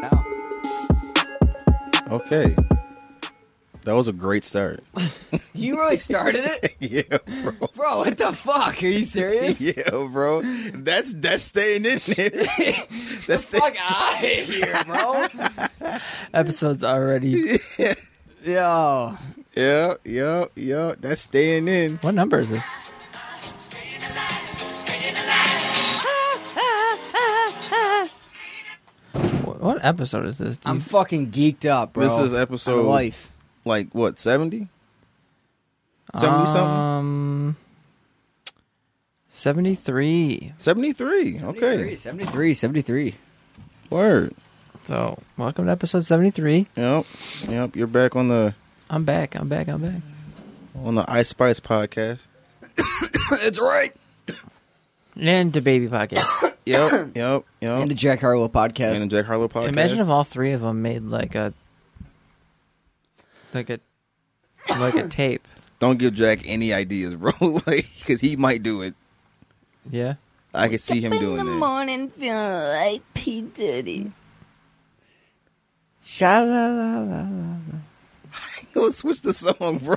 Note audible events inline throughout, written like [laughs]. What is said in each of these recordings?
Now. Okay. That was a great start. You really started it? [laughs] yeah, bro. Bro, what the fuck? Are you [laughs] serious? Yeah, bro. That's that's staying in there. [laughs] That's fuck staying. out of here, bro. episodes already. Yo. Yeah, yeah, yeah. That's staying in. What number is this? What what episode is this? Do you- I'm fucking geeked up, bro. This is On episode- life. Like what? Seventy? Seventy Uh, something? Um, 73. Seventy three. 73, Okay. 73, [laughs] 73. Word. So, welcome to episode 73. Yep. Yep. You're back on the I'm back. I'm back. I'm back. on the Ice Spice podcast. That's right. And the baby pocket. [laughs] [coughs] Yep. yep. Yep. And the Jack Harlow podcast. And the Jack Harlow podcast. Imagine if all three of them made like a like a [laughs] like a tape. Don't give Jack any ideas, bro. [laughs] like, because he might do it. Yeah. I could see him doing it. morning feeling like P. Diddy. Yo, switch the song, bro.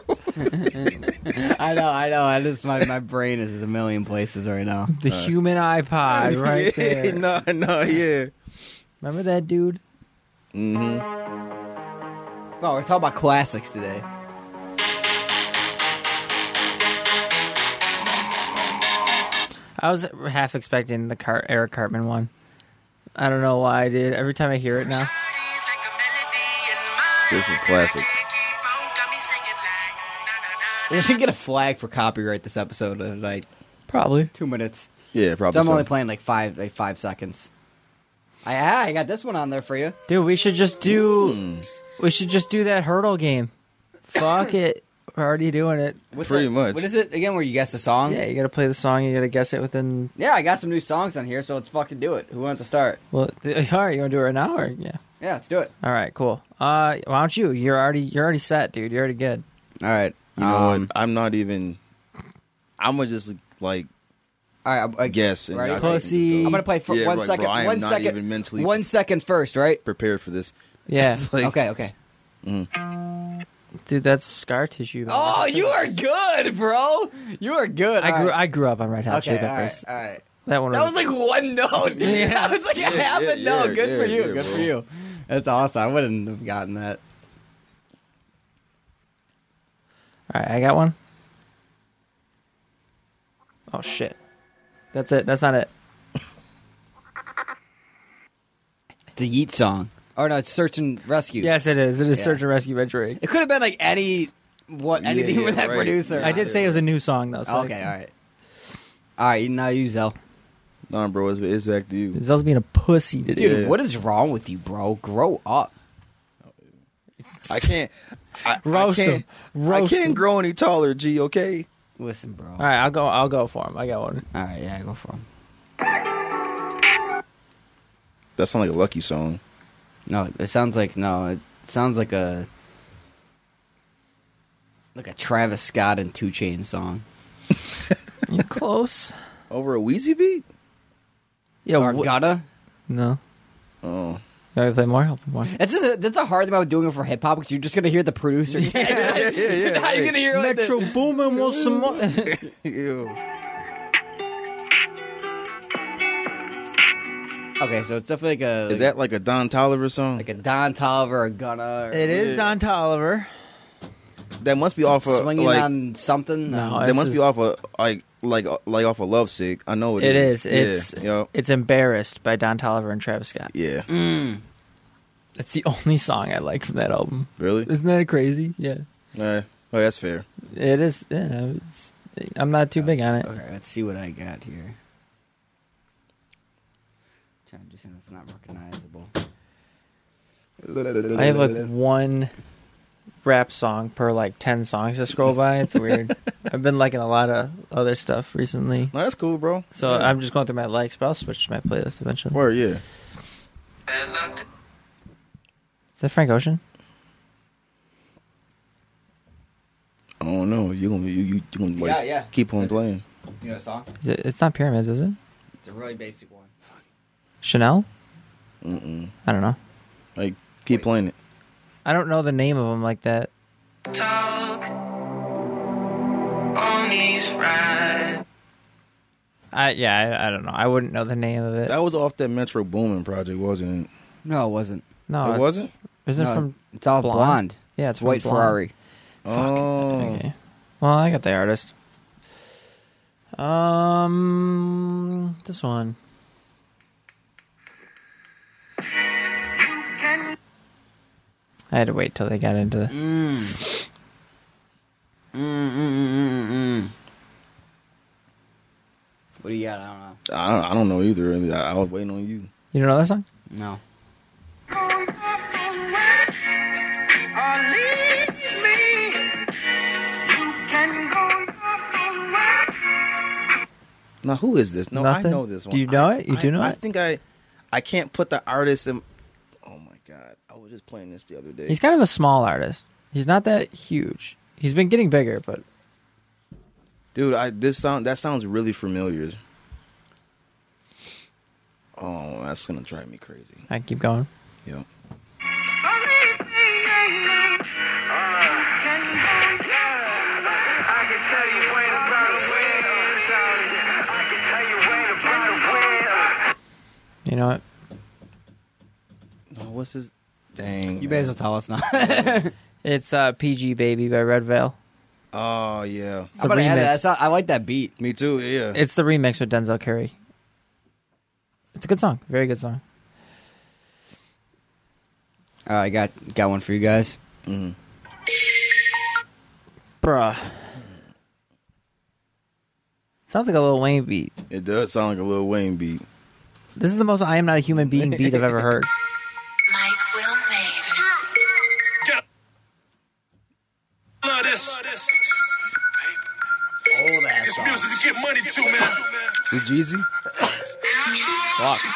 I know, I know. I just my, my brain is a million places right now. The human iPod right [laughs] yeah, there. No, no, yeah. Remember that dude? hmm No, we're talking about classics today. I was half expecting the Car- Eric Cartman one. I don't know why I did. Every time I hear it now, This is classic. I should get a flag for copyright this episode in like probably. two minutes. Yeah, probably. So I'm so. only playing like five like five seconds. I ah, I got this one on there for you. Dude, we should just Hmm. do. We should just do that hurdle game. Fuck it, we're already doing it. What's Pretty that- much. What is it again? Where you guess the song? Yeah, you got to play the song. You got to guess it within. Yeah, I got some new songs on here, so let's fucking do it. Who wants to start? Well, th- [laughs] all right, you want to do it right now? Or, yeah. Yeah, let's do it. All right, cool. Uh, why don't you? You're already you're already set, dude. You're already good. All right. You know what? Um, I'm not even. I'm gonna just like All right. I, I, guess and Ready? I can just Pussy. go. I'm gonna play for Yeah, one like, second. bro, I am one not second- even mentally One second first, right? prepared for this. Yeah, It's like, okay. Okay. dude, that's scar tissue. man. Oh, you are good, bro. You are good. I All grew right. I grew up on Red Hot Okay. Chili All right. Peppers. All right. That one That was like one [laughs] note. Yeah. that was like a Yeah, half yeah, a note. yeah, Good for yeah, you. yeah, Good for bro. you. That's awesome. I wouldn't have gotten that. All right, I got one. Oh shit, that's it. That's not it. The Yeet song. Or no, it's Search and Rescue. Yes, it is. It is Yeah. Search and Rescue by Drake. It could have been like any what Yeah, anything [laughs] yeah, with that right. producer. I did say it was a new song though. So okay, all right. All right, now you Zell. nah, bro, it's, it's back to you. Zell's being a pussy today. Dude, Yeah. what is wrong with you, bro? Grow up. I can't. I, Roast I him. can't, Roast I can't him. grow any taller. G. Okay. Listen, bro. All All right, right, I'll go. I'll go for him. I got one. yeah, go for him. That sounds like a lucky song. No, it sounds like no, it sounds like a like a Travis Scott and Two Chain song. [laughs] You're close. Over a Wheezy beat. Yeah. or wh- gotta. no. Oh, You want me to play more? [laughs] I'll play more. That's just a, that's a hard thing about doing it for hip hop because you're just gonna hear the [laughs] producer. yeah, yeah, Now yeah, [laughs] you're right. gonna hear like the- Metro Boomin wants [laughs] some more. Ew. Okay, so it's definitely like a Is that like a Don Tolliver song? like a Don Tolliver or Gunna. Or it is Yeah. Don Tolliver. that must be off of swinging like. on something. No, Um, that This must is- be off of like like like off of Love Sick. I know It is. Yeah. It's Yup. it's embarrassed by Don Tolliver and Travis Scott. Yeah. mm. That's the only song I like from that album. [laughs] Really? Isn't that crazy? Yeah, Uh, oh, that's fair. it is. Yeah, it's, I'm not too big on it. All right, let's see what I got here. Trying to do something that's not recognizable. I [laughs] have like one rap song per like ten songs to scroll by. [laughs] It's weird. I've been liking a lot of other stuff recently, No, that's cool, bro. so yeah. I'm just going through my likes, but I'll switch to my playlist eventually. Word, yeah. Is that Frank Ocean? I don't know. You gonna you you, you gonna like Yeah, yeah. keep on playing? You know a song? Is it, it's not Pyramids, is it? It's a really basic one. Chanel? Mm-mm. I don't know. Like keep playing it. I don't know the name of them like that. talk on these rides. I yeah, I, I don't know. I wouldn't know the name of it. That was off that Metro Boomin project, wasn't it? No, it wasn't. No, it it's- wasn't. Isn't No, it from? It's all Blonde? blonde. Yeah, it's It's from White Blonde. Ferrari. Oh, Okay. Well, I got the artist. Um, this one. I had to wait till they got into. The, Mm. Mm, mm, mm, mm, mm. What do you got? I I don't, I don't know either. really. I, I was waiting on you. you don't know that song? don't know. No. Now who is this? No, Nothing? I know this one. Do you I- know it? You I- do know I it? think I, I can't put the artist in. Oh my god! I was just playing this the other day. He's kind of a small artist. He's not that huge. He's been getting bigger, but Dude, I this sound that sounds really familiar. Oh, that's gonna drive me crazy. I keep going. Yep. I can tell you where the problem is. I can tell you where the problem is. You know what? No, Oh, what's his? Dang. You may as well tell us now. [laughs] It's uh, PG Baby by Red Veil. Oh yeah. the I'm gonna add remix. that. That's not- I like that beat. Me too. Yeah. It's the remix with Denzel Curry. It's a good song. Very good song. All right, Uh, I got got one for you guys. Mhm. Bruh. Sounds like a little Wayne beat. It does sound like a Lil Wayne beat. This is the most I am not a human being beat I've ever heard. Mike Will made it. Love this. Old ass This music to get money to, [laughs] man. You With Jeezy?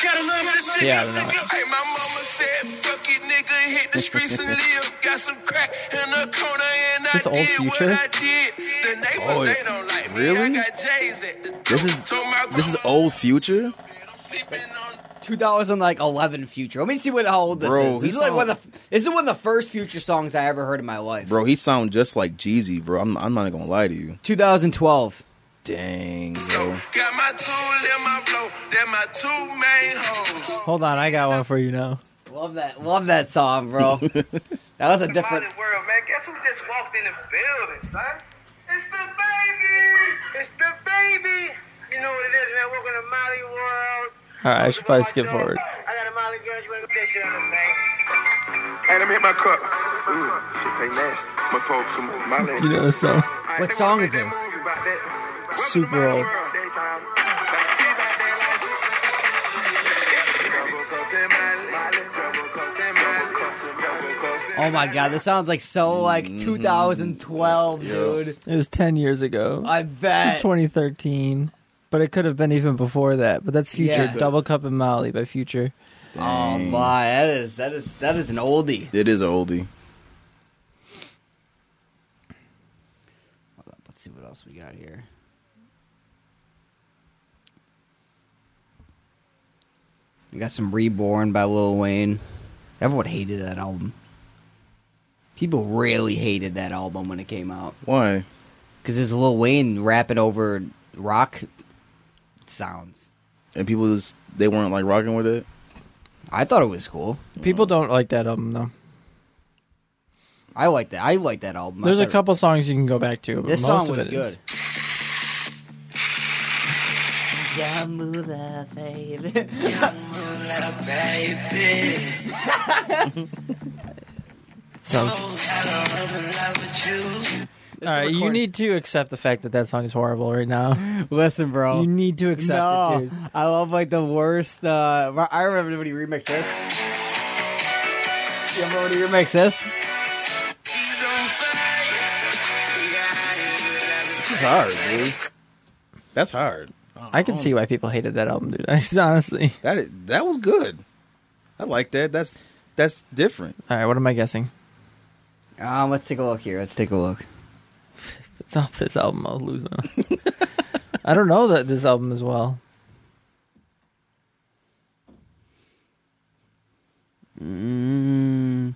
gotta love this nigga. Yeah, I don't know. Hey, my mama said, fuck it, nigga, hit the streets and live. Got some crack in the corner and I This old did Future? what I did. The neighbors, Oh, they don't like me. really? I got J's at the This is Told my this is grandma, old future. man, I'm sleeping on Two thousand like eleven future. Let me see what how old this Bro, is. he This is like sound- one of the this is one of the first future songs I ever heard in my life. Bro, he sound just like Jeezy, bro. I'm I'm not gonna lie to you. 2012. Dang, so bro. Got my tool in my blow. They're my two main hoes. [laughs] Hold on, I got one for you now. Love that. Love that song, [laughs] bro. that was a different. Modern world, man. Guess who just walked in the building, son? It's the baby. It's the baby. You know what it is, man. Welcome to Molly World. All right, I should probably skip forward. I got a Molly girl. She wanna get that shit out of me. Hey, let me hit my cup. Ooh, shit tastes nasty. My poke some Molly. You know this song? What song is this? Super old. Oh my god, this sounds like so like Mm-hmm. 2012, dude. It was 10 years ago. I bet. 2013. But it could have been even before that. But that's Future. Yeah. Double Cup and Molly by Future. Oh my, that is that is that is an oldie. It is a oldie. Hold up, let's see what else we got here. We got some Reborn by Lil Wayne. Everyone hated that album. People really hated that album when it came out Why? because there's Lil Wayne rapping over rock sounds. And people just they weren't like rocking with it. I thought it was cool. People don't like that album, though. I like that. I like that album. I There's a thought it- couple songs you can go back to. But This most song of was it is- good. Yeah, move that, baby. [laughs] baby. So, all Oh, I don't ever love with you. right, you need to accept the fact that that song is horrible right now. Listen, bro. You need to accept it, no, dude. I love like the worst. Uh, I remember when he remixed this. You remember when he remixed this? She's on fire. That's hard, dude. That's hard. I can see why people hated that album, dude. [laughs] Honestly. That is, that was good. I like that. That's that's different. All right, what am I guessing? Um, let's take a look here. Let's take a look. It's off this album. I'll lose my mind. [laughs] I don't know that this album as well. Mm,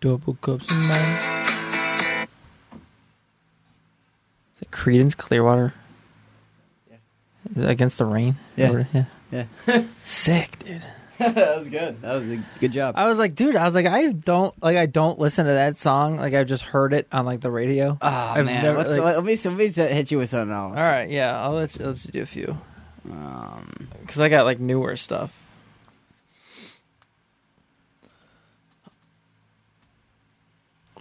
Double cups of mine. Is it Credence Clearwater? Yeah. Is it Against the Rain? Yeah. Or- yeah. [laughs] yeah, Sick, dude. that was good. That was a good job. I was like, dude, I was like, I don't like, I don't listen to that song. Like, I've just heard it on like the radio. Oh I've man, never, Let's- like- let me let me hit you with something else. All right, yeah, I'll let you, let's do a few Um, because I got like newer stuff.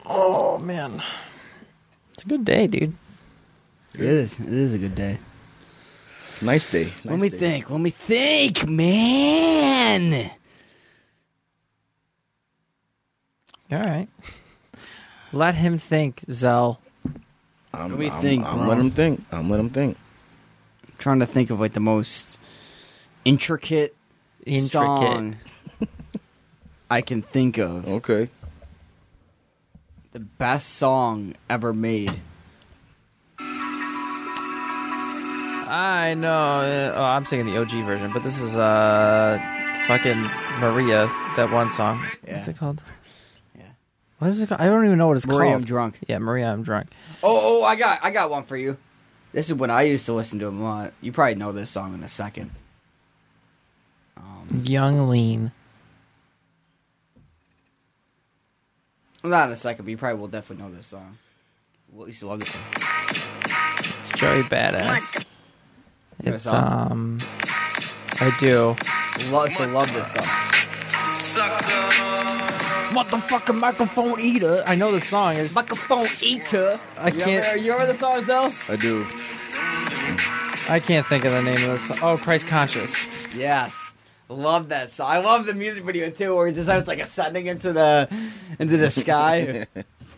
Oh man, it's a good day, dude. it is. It is a good day. Nice day. let me think. Let me think, man. All right, let him think, Zell. I'm, Let me I'm- think, I'm bro. let him think. I'm let him think. trying to think of like the most intricate, Intricate. song I can think of. Okay. The best song ever made. I know. uh, Oh, I'm singing the OG version, but this is uh, fucking Maria. That one song. What's Yeah. it called? Yeah. What is it called? I don't even know what it's Maria, called. I'm drunk. Yeah, Maria, I'm drunk. Oh, oh, I got, I got one for you. This is when I used to listen to him a lot. You probably know this song in a second. Um, Young Lean. not in a second, but you probably will definitely know this song. Well, you used to love this. Song. It's very badass. have a It's song? um. I do. Lo- used to love this song. Sucker. Motherfucking microphone eater. Uh, I know the song. I, just, Microphone eater. I You remember, can't. you remember the song though? I do. I can't think of the name of the song. Oh, Christ Conscious. Yes. Love that song. I love the music video too, where he just starts like ascending into the into the [laughs] sky.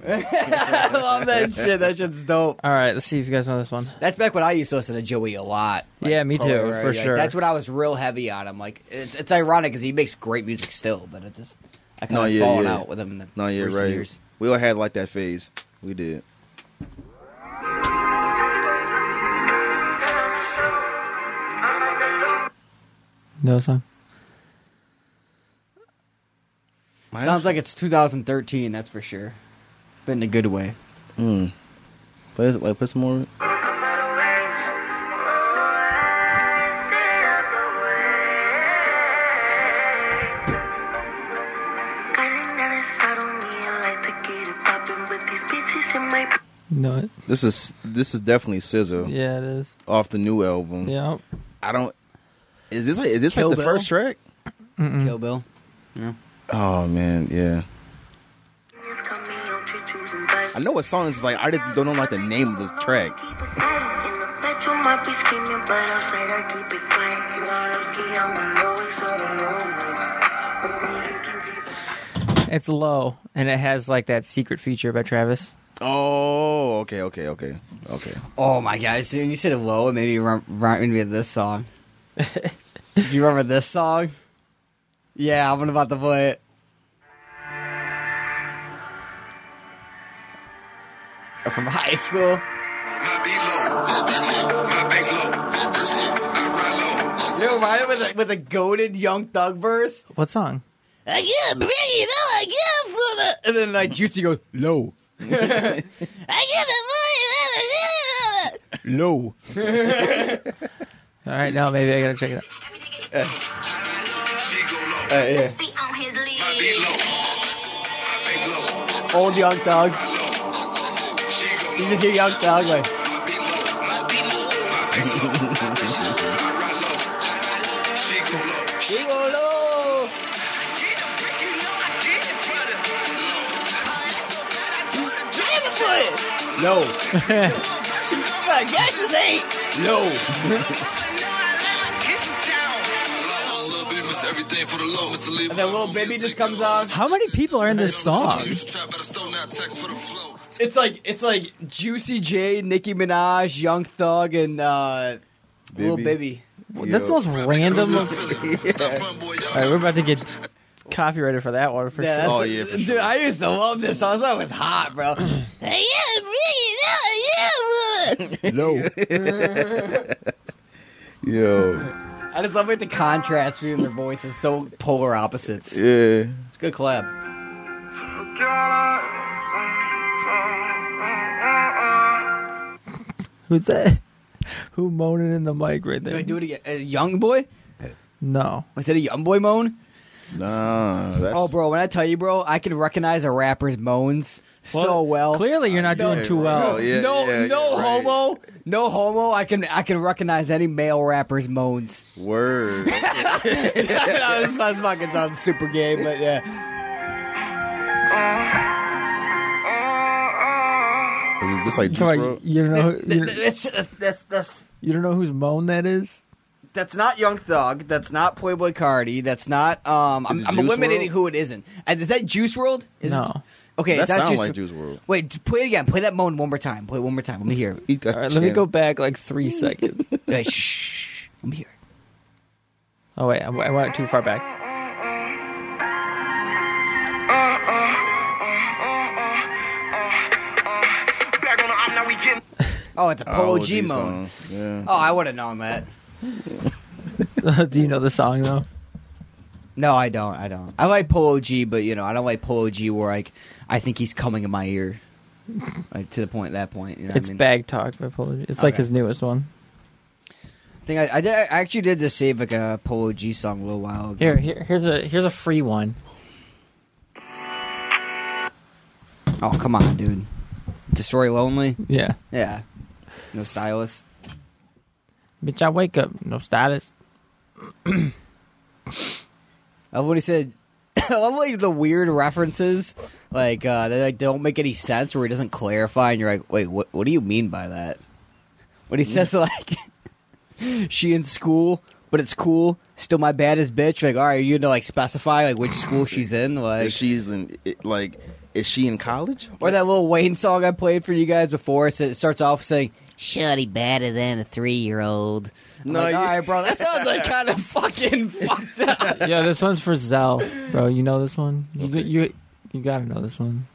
I love that shit. That shit's dope. All right, let's see if you guys know this one. That's back when I used to listen to Joey a lot. Yeah, me too, Poe Ray. for Like, sure. That's when I was real heavy on him. Like it's it's ironic because he makes great music still, but it just I kind No, of yeah, fallen yeah. out with him in the No, yeah, recent right. years. We all had like that phase. We did. No song. Sounds like it's 2013. That's for sure. But in a good way. Mm. Play, like, play some more. No. It, This is this is definitely Scissor yeah, it is. off the new album. Yeah. I don't. Is this like, is this Kill like the Bill? first track? Mm-mm. Kill Bill. Oh man, yeah. I know what song is like. I just don't know like the name of this track. It's low, and it has like that secret feature by Travis. Oh, okay, okay, okay, okay. Oh my god! As soon as you said low, it made me rem- reminded me of this song. Do you remember this song? Yeah, I'm about to play it. From high school. My beat low, my bass low, I ride low. You know, right with a, with a goaded young thug verse. What song? I can't bring it up, I can't flip it. And then like Juicy goes low, I get the money. low. All right, now maybe I gotta check it out. She go low, Uh, yeah. See on his my beat lead. low, my bass low. Old young thug. She go You low, just hear young thug like. my beat low, my beat low, my bass low. I ride low, she go low. Gigolo. Get a brick, you know I get it for the loot. I ain't so fat, I do the Give it to it. No. I guess it's eight. No. Hello, little baby, Mr. Everything for the low, Mr. Lee. And then little baby just comes on. How many people are in this song? Used to trap out of stone, now text for the flow. It's like it's like Juicy J, Nicki Minaj, Young Thug, and uh, little baby. That's the most random. Little of- Philly, stop front, boy, All right, y'all. we're about to get copyrighted for that one for Yeah, sure. that's Oh, yeah, for dude, sure. I used to love this song. This song was hot, [laughs] bro. I gotta bring it out. Yeah, would. [laughs] No. Yo. I just love like the contrast between their voices, so polar opposites. Yeah. It's a good collab. Who's that? [laughs] Who moaning in the mic right Do there? I do it again? A young boy? No. Was it a young boy moan? Nah. That's, Oh, bro, when I tell you, bro, I can recognize a rapper's moans so well. Clearly, you're not doing too well. Oh, yeah, no, yeah, no yeah, right. homo, no homo. I can I can recognize any male rapper's moans. [laughs] Word. I was I was fucking sound super gay, but yeah, Is it just [laughs] like Juice Come on, WRLD? [laughs] you don't know. Oh, You don't, that's that's that's you don't know whose moan that is. that's not Young Thug. That's not Playboy Cardi. That's not. Um, Is I'm, it I'm Juice eliminating WRLD? who it isn't. And is that Juice World? Is it- No. okay, That it's not sound Juice like WRLD. Juice WRLD. Wait, d- play it again. Play that moan one more time. Play it one more time. Let me hear. it. He got All right, let me jammed. go back like three seconds. [laughs] Wait, shh, shh, shh. Let me hear. it. Oh wait, I, I went too far back. [laughs] Back on the op, now we getting. Oh, it's a Polo G these uh, moan. songs. Yeah. Oh, I would have known that. do you know the song though? No, I don't. I don't. I like Polo G, but you know, I don't like Polo G where like I think he's coming in my ear. Like to the point that point. You know what It's I mean? Bag Talk by Polo. G. It's like Okay. his newest one. I think I, I, did, I actually did just save like a Polo G song a little while ago. Here, here, here's a here's a free one. Oh come on, dude. Destroy Lonely. Yeah. Yeah. No stylist. Bitch, I wake up no status. I love what he said. [coughs] I love like the weird references, like uh, they like don't make any sense, where he doesn't clarify, and you're like, wait, what? What do you mean by that? When he says like, [laughs] she in school, but it's cool. Still my baddest bitch. Like, all right, you gonna like specify like which school she's in, like, Is she's in it, like is she in college? or that little Wayne song I played for you guys before. It, said, it starts off saying, Shorty better than a three-year-old. no, No, you- all right, bro, that sounds like kind of fucking fucked up. Yo, this one's for Zell, bro. You know this one. You g you you gotta know this one.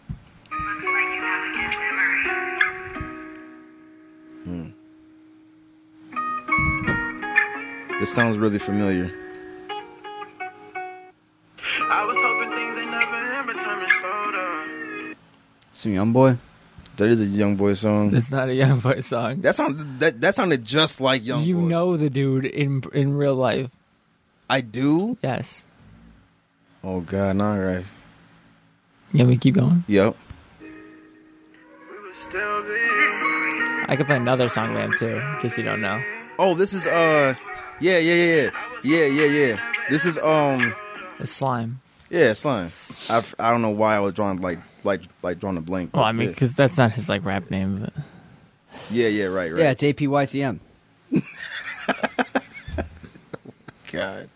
This sounds really familiar. I was hoping things ain't never ever turning shoulder. Some young boy. That is a young boy song. It's not a Young Boy song. That sound that that sounded just like young you boy. know the dude in in real life. I do. Yes. Oh god, nah, right. Yeah, we keep going. Yep. We were still there. I could play another song with him too, in case you don't know. Oh, this is uh yeah, yeah, yeah. Yeah, yeah, yeah. This is um It's slime. yeah, slime. I I don't know why I was drawing like like like drawing a blank. Well, Oh, I mean, Yeah. because that's not his like rap name. But yeah, yeah, right, right. Yeah, it's APYCM. God.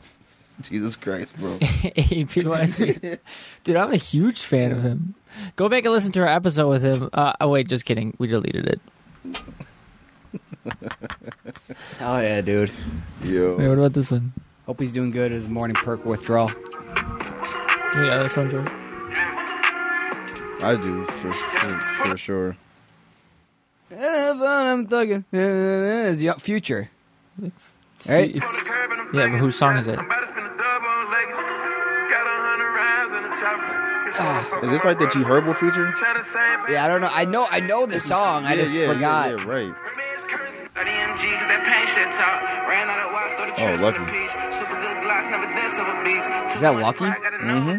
[laughs] Jesus Christ, bro. [laughs] APYC. Dude, I'm a huge fan of him. Go back and listen to our episode with him. Uh, oh wait, just kidding. We deleted it. Oh yeah, dude. Wait, Yo. what about this one? Hope he's doing good. with His morning perk withdrawal. Yeah, this one too. I do for for, for sure. I'm thugging. It's the future. It's, Right? it's- Yeah, but whose song is it? Is this like the G Herbal feature? Yeah, I don't know. I know. I know the song. I just forgot. Yeah, right. Oh, Oh, Lucky. Is that Lucky? Mm-hmm.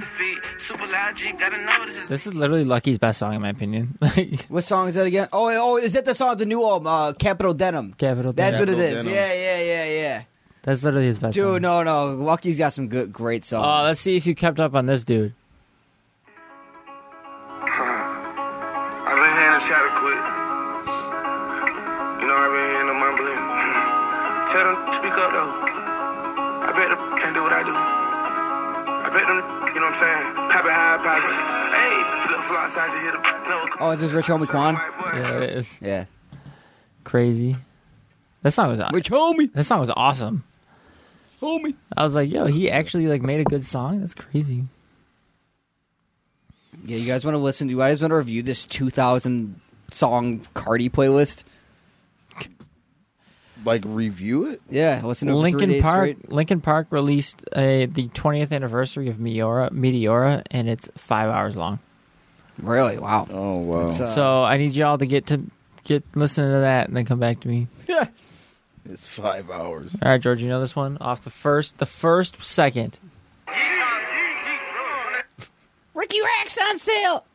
this is literally Lucky's best song in my opinion. [laughs] Like What song is that again? Oh, oh, is that the song of the new album, uh, Capital Denim? Capital. That's Denim. what it Capital is. Denim. Yeah, yeah, yeah, yeah. That's literally his best. Dude, song. no, no. Lucky's got some good, great songs. Oh, let's see if you kept up on this dude. I've been here to try to quit. You know, I've been here to mumbling. [clears throat] Tell them to speak up though. I bet them can do what I do. I bet them, you know what I'm saying? Happy high pocket. Hey, flip flop side to hit a no. Oh, is this Rich Homie Quan? Yeah, it is Yeah. crazy. That song was Rich Homie. that song was awesome. Homie. I was like, yo, he actually like made a good song. That's crazy. Yeah, you guys want to listen? You guys want to review this 2000 song Cardi playlist? Like review it. Yeah, listen to it for three Lincoln days Park. straight. Lincoln Park released uh, the 20th anniversary of Meteora, Meteora, and it's five hours long. Really? Wow. Oh wow. It's, uh, so I need y'all to get to get listening to that and then come back to me. It's five hours. All right, George, you know this one off the first, the first second. Ricky Rack's on sale.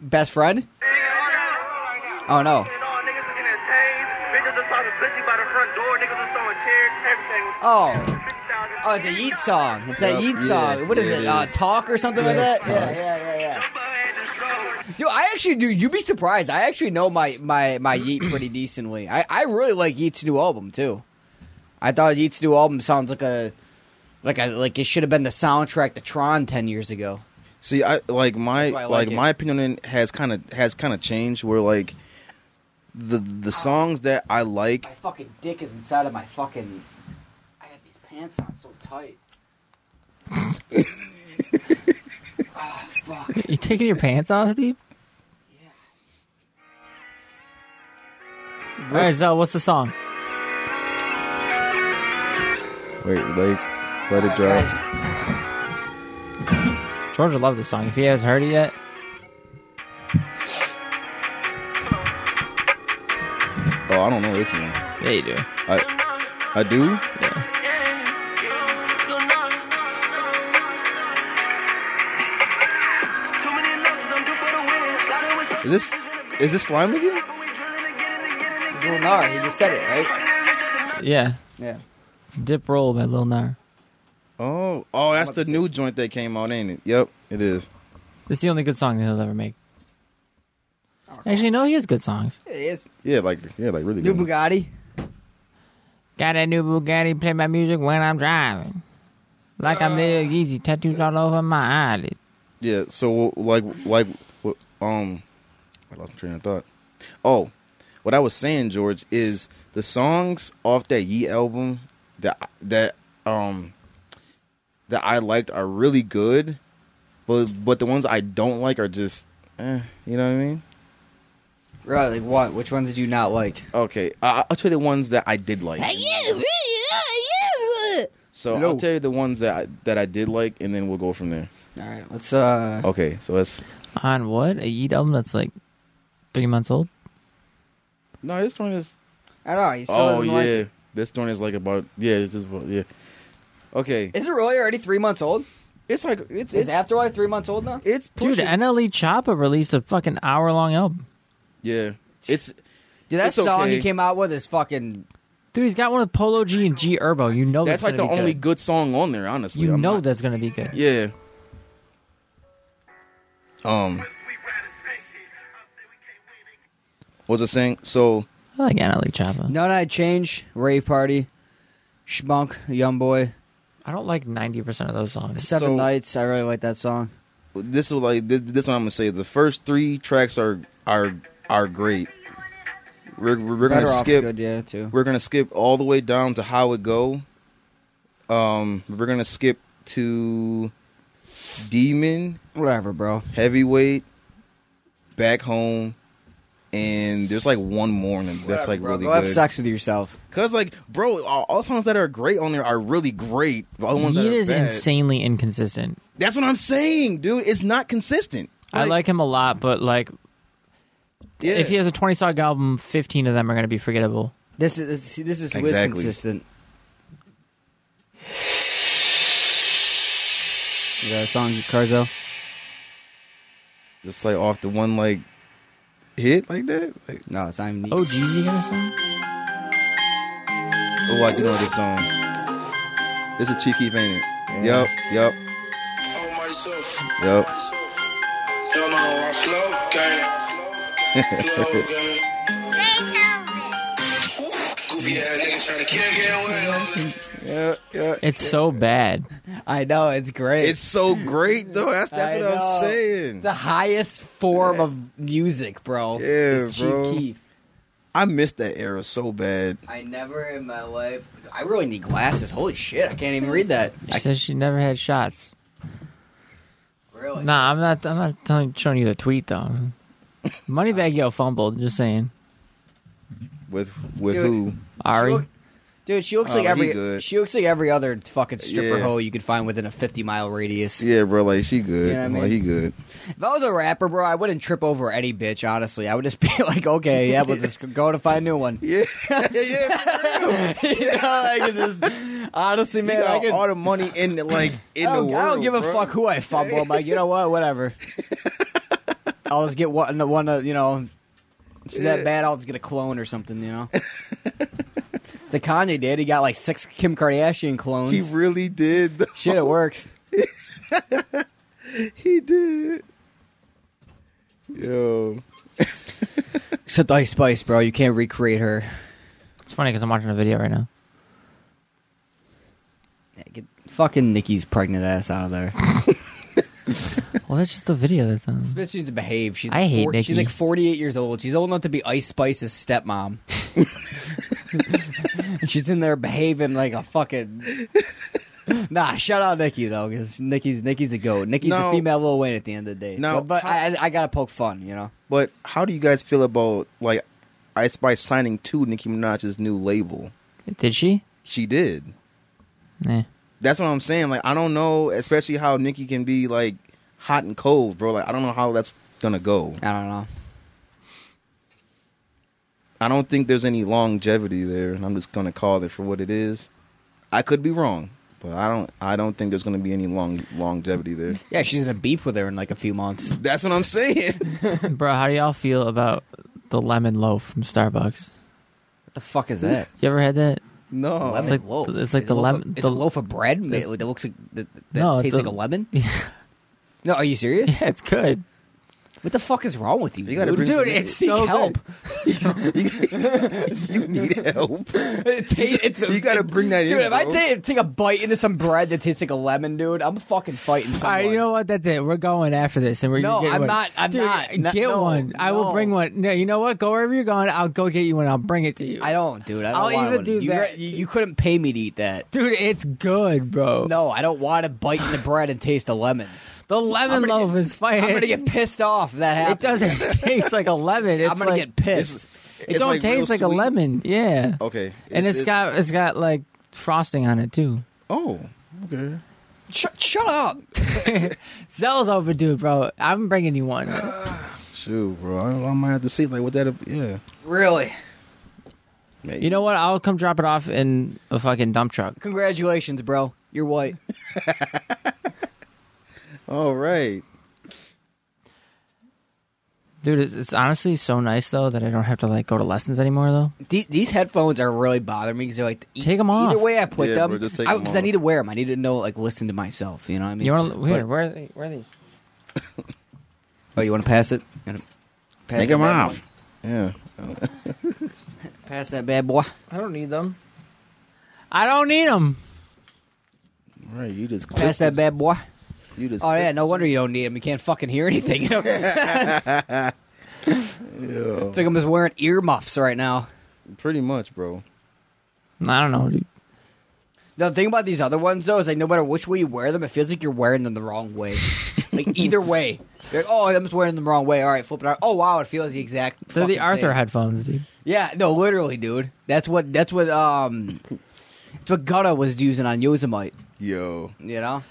Best friend? Oh no. Oh. Oh, it's a Yeet song. It's a Yep, Yeet yeah, song. What is yeah, it? it Uh, is. talk or something like Yeah, that? it's Yeah, yeah, yeah, yeah. Dude, I actually, dude, you'd be surprised. I actually know my my my Yeet pretty decently. I I really like Yeet's new album too. I thought Yeet's new album sounds like a like a like it should have been the soundtrack to Tron ten years ago. See, I like my That's why I like, like it. my opinion in- has kind of has kind of changed. Where like the the songs that I like, My fucking dick is inside of my fucking. I got these pants on so tight. oh fuck! You taking your pants off, dude? All right, Zell, what's the song? wait, like let it Guys, drop. George will love this song if he hasn't heard it yet. Oh, I don't know this one. Yeah, you do. I I do. Is this is this slime again? it's Lil Nar, he just said it, right? Yeah, Yeah. it's Dip Roll by Lil Nar. Oh, oh, that's the What's new joint that came out, ain't it? Yep, it is. This is the only good song that he'll ever make. Actually, no, he has good songs. It is. Yeah, like yeah, like really New good. one. Bugatti. Got a new Bugatti, play my music when I'm driving. Like I'm Lil Yeezy, tattoos all over my eyelid. Yeah, so like like what um I lost my train of thought. Oh, what I was saying, George, is the songs off that Ye album that that um that I liked are really good, but but the ones I don't like are just eh, you know what I mean? Right, like what? Which ones did you not like? Okay, I, I'll tell you the ones that I did like. So Hello. I'll tell you the ones that I, that I did like, and then we'll go from there. All right, let's uh. Okay, so that's On what? A Yeet album that's like three months old? no, this one is I don't know. He still oh doesn't yeah, like it. this one is like about yeah, this is about yeah. Okay, Is it really already three months old? it's like it's Is it's Afterlife three months old now? it's pushing. Dude, NLE Choppa released a fucking hour long album. yeah, it's Dude, that It's song he okay. came out with is fucking. Dude, he's got one with Polo G and G Herbo. You know that's that's, like the gonna be only good. good song on there. Honestly, You I'm know not- that's gonna be good. Yeah. Um, what was I saying? So I like NLE Choppa. No Night Change, Rave Party, Schmunk, Young Boy, I don't like ninety percent of those songs. Seven So- Nights. I really like that song. this was like this, this one. I'm gonna say the first three tracks are are are great. We're we're gonna Better Off's skip. good, yeah, too. We're gonna skip all the way down to how it go. Um, we're gonna skip to demon, Whatever, bro. heavyweight, back home, and there's like one more and that's like bro, really go have good. sex with yourself. Cause like, bro, all, all songs that are great on there are really great. All the ones that Yeet are is bad- insanely inconsistent. That's what I'm saying, dude. It's not consistent. I like him a lot, but like yeah. if he has a twenty song album, fifteen of them are gonna be forgettable. This is see, this is Wiz Exactly. consistent. Is that a song, Carzo? just like off the one like hit like that. Like, Oh, No, it's not even. Oh, G, you got a song? Oh, I do know this song. This is Chief Keef, ain't it? Yup, yup, Almighty self. yup. Hell no, I'm club gang. [laughs] Club gang. Say something. Goofy ass nigga trying to [laughs] kick it with Yeah, yeah. It's so bad. I know it's great. It's so great though. That's that's I what I'm know. saying. the highest form of music, bro. Yeah, It's Chief bro. Keef. I miss that era so bad. I never in my life. I really need glasses. Holy shit! I can't even read that. She says she never had shots. Really? Nah, I'm not. I'm not telling, showing you the tweet though. Moneybag Yo fumbled. Just saying. With with Dude. who? Ari, She look- dude, she looks Oh, like he every good. she looks like every other fucking stripper Yeah. hoe you could find within a fifty mile radius. Yeah, bro. Like she good. You know what I mean? Like [laughs] he good. If I was a rapper, bro, I wouldn't trip over any bitch. Honestly, I would just [laughs] be like, okay, yeah, let's [laughs] just go to find a new one. Yeah, yeah, yeah. For real. [laughs] you know, I could just honestly, He man, I got could. all the money in the like in I the don't, world. Oh, I don't give a bro. fuck who I fumble. I'm like, you know what? [laughs] Whatever. I'll just get one. One, uh, you know, if it's that bad. I'll just get a clone or something. You know. [laughs] the Kanye did. He got like six Kim Kardashian clones. He [laughs] really did. though. Shit, it works. He did. Yo, Except Ice Spice, bro. You can't recreate her. it's funny because I'm watching a video right now. Yeah, get fucking Nikki's pregnant ass out of there. Well, that's just the video that's on. This bitch needs to behave. She's I like hate four- Nikki. She's like 48 years old. She's old enough to be Ice Spice's stepmom. [laughs] And she's in there behaving like a fucking. Nah, shout out Nikki though, because Nikki's Nikki's a goat. Nikki's No. a female Lil Wayne at the end of the day. No. but, but I, I gotta poke fun, you know. but how do you guys feel about like Ice Spice signing to Nicki Minaj's new label? Did she? She did. Nah. That's what I'm saying. Like I don't know, especially how Nikki can be like hot and cold, bro. Like I don't know how that's gonna go. I don't know. I don't think there's any longevity there, and I'm just gonna call it for what it is. I could be wrong, but I don't. I don't think there's gonna be any long longevity [laughs] there. Yeah, she's gonna beef with her in like a few months. That's what I'm saying. [laughs] Bro, how do y'all feel about the lemon loaf from Starbucks? What the fuck is that? You ever had that? no, lemon like- loaf. it's like a the loaf lemon- Of, it's the- a loaf of bread ma- that looks like that, that No, it's tastes a- like a lemon. [laughs] Yeah, No, are you serious? it's good. What the fuck is wrong with you? You gotta dude? bring some Dude, in. it's It's seek so help. good. you need [laughs] help. [laughs] It tastes- it's- You gotta bring that in, Dude, if I bro. take, take a bite into some bread that tastes like a lemon, dude, I'm fucking fighting All someone. right, you know what? That's it. We're going after this, and we're No, gonna get I'm one. not- I'm Dude, not. No- Get no, one. I will no. bring one. No, you know what? Go wherever you're going. I'll go get you one. I'll bring it to you. I don't, dude. I don't I'll want even one. do you, that. You, you couldn't pay me to eat that. Dude, it's good, bro. No, I don't want to bite into bread and taste a lemon. The lemon loaf is fire. I'm gonna get pissed off if that It happens. [laughs] doesn't taste like a lemon. It's I'm gonna like- get pissed. It It's don't like real taste like a sweet. lemon. Yeah. Okay, And it's got it's got like frosting on it too. Oh, okay. Shut- shut up. [laughs] Zell's overdue, bro. I'm bringing you one. Shoot, bro. I, I might have to see like what that. Yeah. Really? Maybe. You know what? I'll come drop it off in a fucking dump truck. Congratulations, bro. You're [laughs] white. All right. Dude, it's, it's honestly so nice though that I don't have to like go to lessons anymore though. The- these headphones are really bothering me because they're like e- Take 'em off. Either way, I put Yeah, them bro, just take I- 'em 'cause I off. need to wear them. I need to know, like, listen to myself. You know what I mean? You want to here? Where are they? Where are these? oh, you want to pass it? You wanna Pass Take that him bad off. boy? Yeah. Pass that bad boy. I don't need them. I don't need them. All right. You just Pass that bad boy. You just. Oh yeah, no wonder you don't need them. You can't fucking hear anything. [laughs] You know, it's Yeah. like I'm just wearing earmuffs right now. Pretty much, bro. I don't know, dude. The thing about these other ones though is like no matter which way you wear them, it feels like you're wearing them the wrong way. [laughs] like either way, You're like, oh I'm just wearing them the wrong way. All right, flip it out. Oh wow, it feels the exact. They're the fucking Arthur same. headphones, dude. Yeah, no, literally, dude. That's what. That's what. Um, it's what Gunna was using on Yosemite. Yo. You know,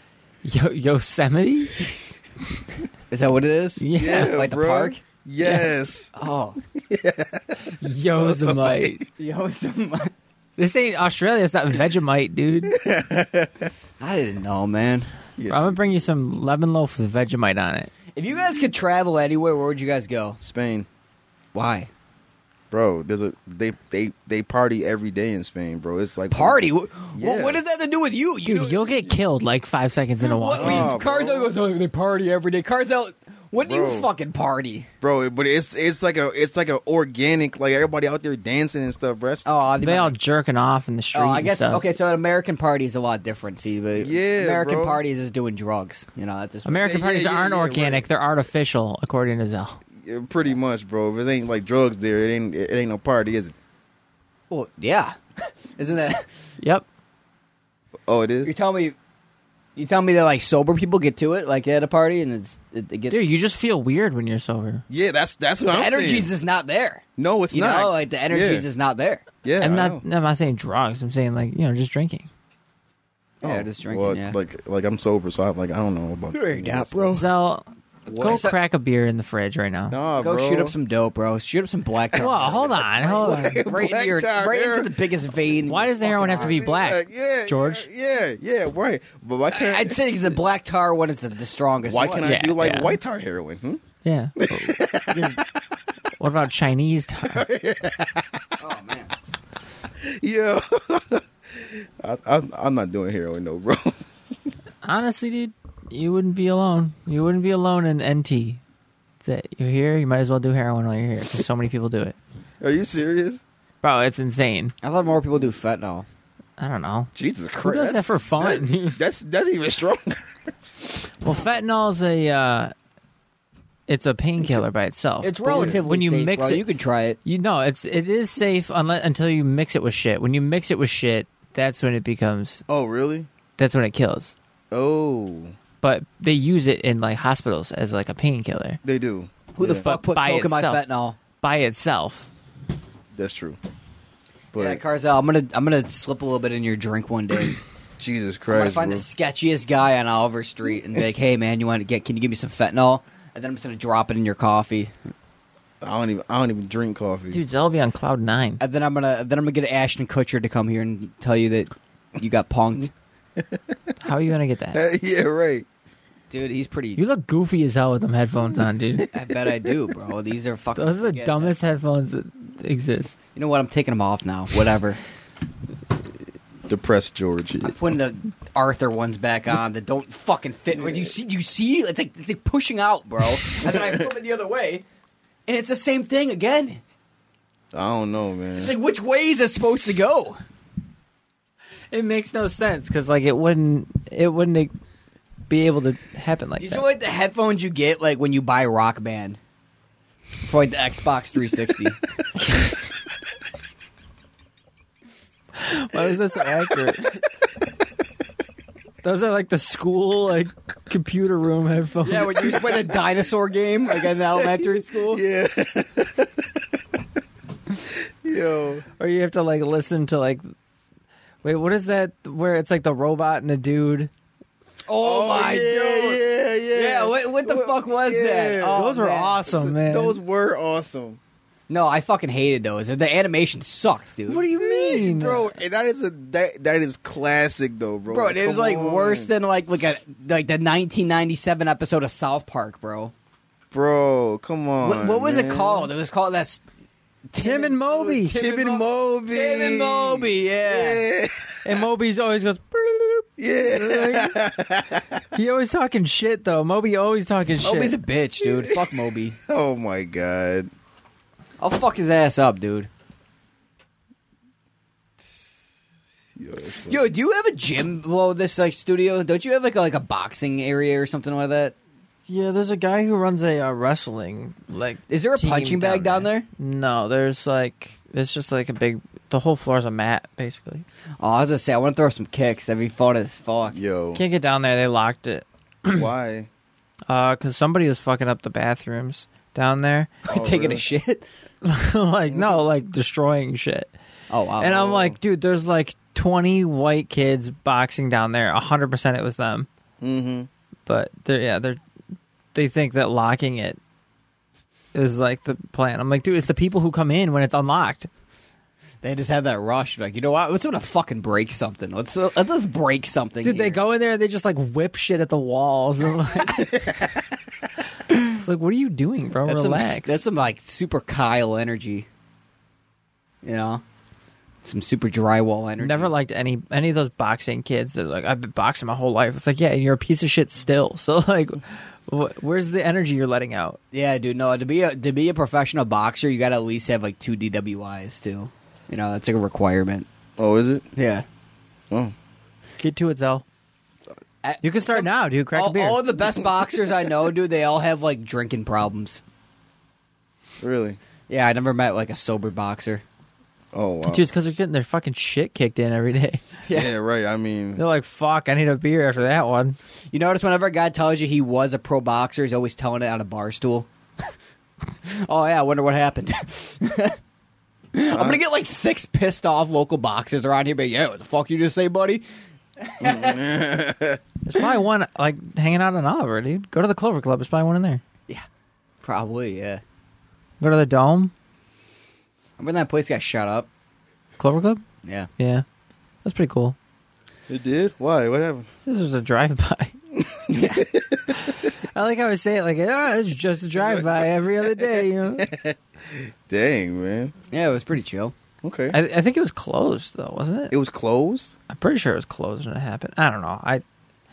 Yo- Yosemite? is that what it is? Yeah. like the bro. park? [laughs] Yes. Oh, Yosemite. Yosemite. this ain't Australia. It's not Vegemite, dude. I didn't know, man. Yes, I'm gonna bring you some lemon loaf with Vegemite on it. If you guys could travel anywhere, where would you guys go? Spain. Why? bro. There's a they they they party every day in Spain, bro. It's like Party? What, Yeah. what does that have to do with you? You Dude, don't- you'll get killed like five seconds in a What, while. Oh, Carzell bro. goes, oh, they party every day. Carzell, when do you Bro. fucking party? bro. But it's it's like a it's like a organic like everybody out there dancing and stuff, bro. That's- Oh, They all jerking off in the street. Oh, I and guess stuff. okay. So an American party is a lot different. See, but Yeah, American bro. party is just doing drugs. You know, that's just American Yeah, parties yeah, aren't yeah, organic; right. they're artificial, according to Zell. yeah, pretty much, bro. If it ain't like drugs there, it ain't it ain't no party, is it? Well, yeah, [laughs] isn't that? Yep. Oh, it You is. tell me, you tell me that like sober people get to it like at a party and it's it, it gets Dude, you just feel weird when you're sober. Yeah, that's that's what the I'm energy's saying. just not there. No, it's you not. know, like the energy's yeah. just not there. yeah. I'm I not. know. I'm not saying drugs. I'm saying like you know, just drinking. Oh, yeah, just drinking. Well, yeah, Like like I'm sober, so I'm like I don't know about. Oh. Zell, go So- crack a beer in the fridge right now. Nah, Go bro. shoot up some dope, bro. Shoot up some black. tar. Whoa, hold on, hold on. right, into your, [laughs] Black tar, right Eric. into the biggest vein. Why does the heroin have to be black, yeah, yeah, George? Yeah, yeah, right. But why can't I'd say the black tar one is the, the strongest. why one. can Yeah, I do like yeah. white tar heroin? Hmm? [laughs] Yeah. what about Chinese? tar? Oh man. Yeah, [laughs] I, I'm, I'm not doing heroin, no, bro. [laughs] Honestly, dude, you wouldn't be alone. You wouldn't be alone in NT. That's it. You're here. You might as well do heroin while you're here because so many people do it. Are you serious? Bro, it's insane. I thought more people do fentanyl. I don't know. Jesus Who Christ! does that for fun? [laughs] dude? That's that's even stronger. [laughs] Well, fentanyl's a uh, it's a painkiller by itself. It's But when- relatively when you safe, mix bro. it. You can try it. You know, it's it is safe unless until you mix it with shit. When you mix it with shit, that's when it becomes Oh, really? that's when it kills. Oh, But they use it in like hospitals as like a painkiller they do. Who the Yeah, fuck But put by coke in my itself. fentanyl? by itself. That's true. But Yeah, Carzell, I'm gonna I'm gonna slip a little bit in your drink one [clears throat] day. Jesus I'm gonna Christ, find bro. the sketchiest guy on Oliver Street and be like, "Hey man, you want to get? Can you give me some fentanyl?" And then I'm just gonna drop it in your coffee. I don't even I don't even drink coffee. Dude, that'll be on cloud nine. And Uh, then I'm gonna then I'm gonna get Ashton Kutcher to come here and tell you that you got punked. How are you gonna get Uh, that? [laughs] yeah, right. [laughs] Dude, he's pretty. You look goofy as hell with them headphones on, dude. [laughs] I bet I do, bro. These are fucking. Those are the Yeah, dumbest headphones that exist. You know what? I'm taking them off now. Whatever. Depressed George. I'm [laughs] putting the Arthur ones back on that don't fucking fit. When you see, you see, it's like it's like pushing out, bro. [laughs] And then I flip it the other way, and it's the same thing again. I don't know, man. It's like which way is it supposed to go? It makes no sense because like it wouldn't it wouldn't be able to happen like These that. are like the headphones you get like when you buy Rock Band for like the Xbox 360. [laughs] Why is that so accurate? [laughs] Those are like the school like computer room headphones. yeah, when you used to play the dinosaur game like in elementary school. [laughs] [laughs] yeah. Yo. or you have to like listen to like wait, what is that where it's like the robot and the dude? Oh, my yeah, god. yeah, yeah. Yeah, what, what the fuck was that? yeah. Oh, Those were man. awesome, man. Those were awesome. No, I fucking hated those. The animation sucked, dude. what do you mean? Bro, and that is a that, that is classic though, bro. Bro, it was Come like on. worse than like like a like the 1997 episode of South Park, bro. Bro, come on. What, what was it man. called? It was called that's Tim and Moby. Tim and Moby. Tim and Moby, yeah. Yeah. and Moby's [laughs] always goes Yeah. [laughs] He always talking shit though. Moby always talking shit. Moby's a bitch, dude. Fuck Moby. oh my god. I'll fuck his ass up, dude. Yo, that's funny. Yo, do you have a gym below this like studio? Don't you have like a, like a boxing area or something like that? yeah, there's a guy who runs a uh, wrestling like Is there a team punching bag down there? No, there's like it's just like a big the whole floor's a mat basically. Oh, I was gonna say I want to throw some kicks. That'd be fun as fuck. Yo. Can't get down there. They locked it. [clears throat] Why? Uh, cause somebody was fucking up the bathrooms down there. [laughs] Oh, Taking a really? shit. [laughs] like no, like destroying shit. Oh wow. And I'm Oh. like, dude, there's like 20 white kids boxing down there. 100 percent it was them. Mhm. But they're yeah, they're they think that locking it is like the plan. I'm like, dude, it's the people who come in when it's unlocked. They just had that rush. Like, you know what? Let's want to fucking break something. Let's uh, let's just break something. Dude, they here. go in there and they just like whip shit at the walls. [laughs] And like, it's like, what are you doing, bro? That's some, Relax. that's some like super Kyle energy. You know, some super drywall energy. Never liked any any of those boxing kids. They're like, I've been boxing my whole life. It's like, yeah, and you're a piece of shit still. [laughs] So like, wh- where's the energy you're letting out? Yeah, dude. No, to be a to be a professional boxer, you got to at least have like two DWIs too. You know, that's like a requirement. Oh, is it? Yeah. Oh, Get to it, Zell. I- You can start now, dude. Crack a all, beer. all the best boxers I know, dude, they all have like drinking problems. really? Yeah, I never met like a sober boxer. Oh, wow. Dude, it's because they're getting their fucking shit kicked in every day. [laughs] yeah. right. I mean, They're like, fuck, I need a beer after that one. You notice whenever a guy tells you he was a pro boxer, he's always telling it on a bar stool. [laughs] oh yeah, I wonder what happened. [laughs] I'm gonna get like six pissed off local boxers around here, but yeah, what the fuck you just say, buddy? There's probably one like hanging out in Oliver, dude. Go to the Clover Club. There's probably one in there. Probably, yeah. Go to the Dome Remember when that place got shut up? Clover Club. Yeah. Yeah, that's pretty cool. it did. Why? What happened? This is a drive-by. [laughs] I like how I say it like, ah, it's just a drive-by every other day. You know, Dang, man. Yeah, it was pretty chill. Okay. [laughs] I, I think it was closed though, wasn't it? it was closed, I'm pretty sure it was closed when it happened. I don't know. I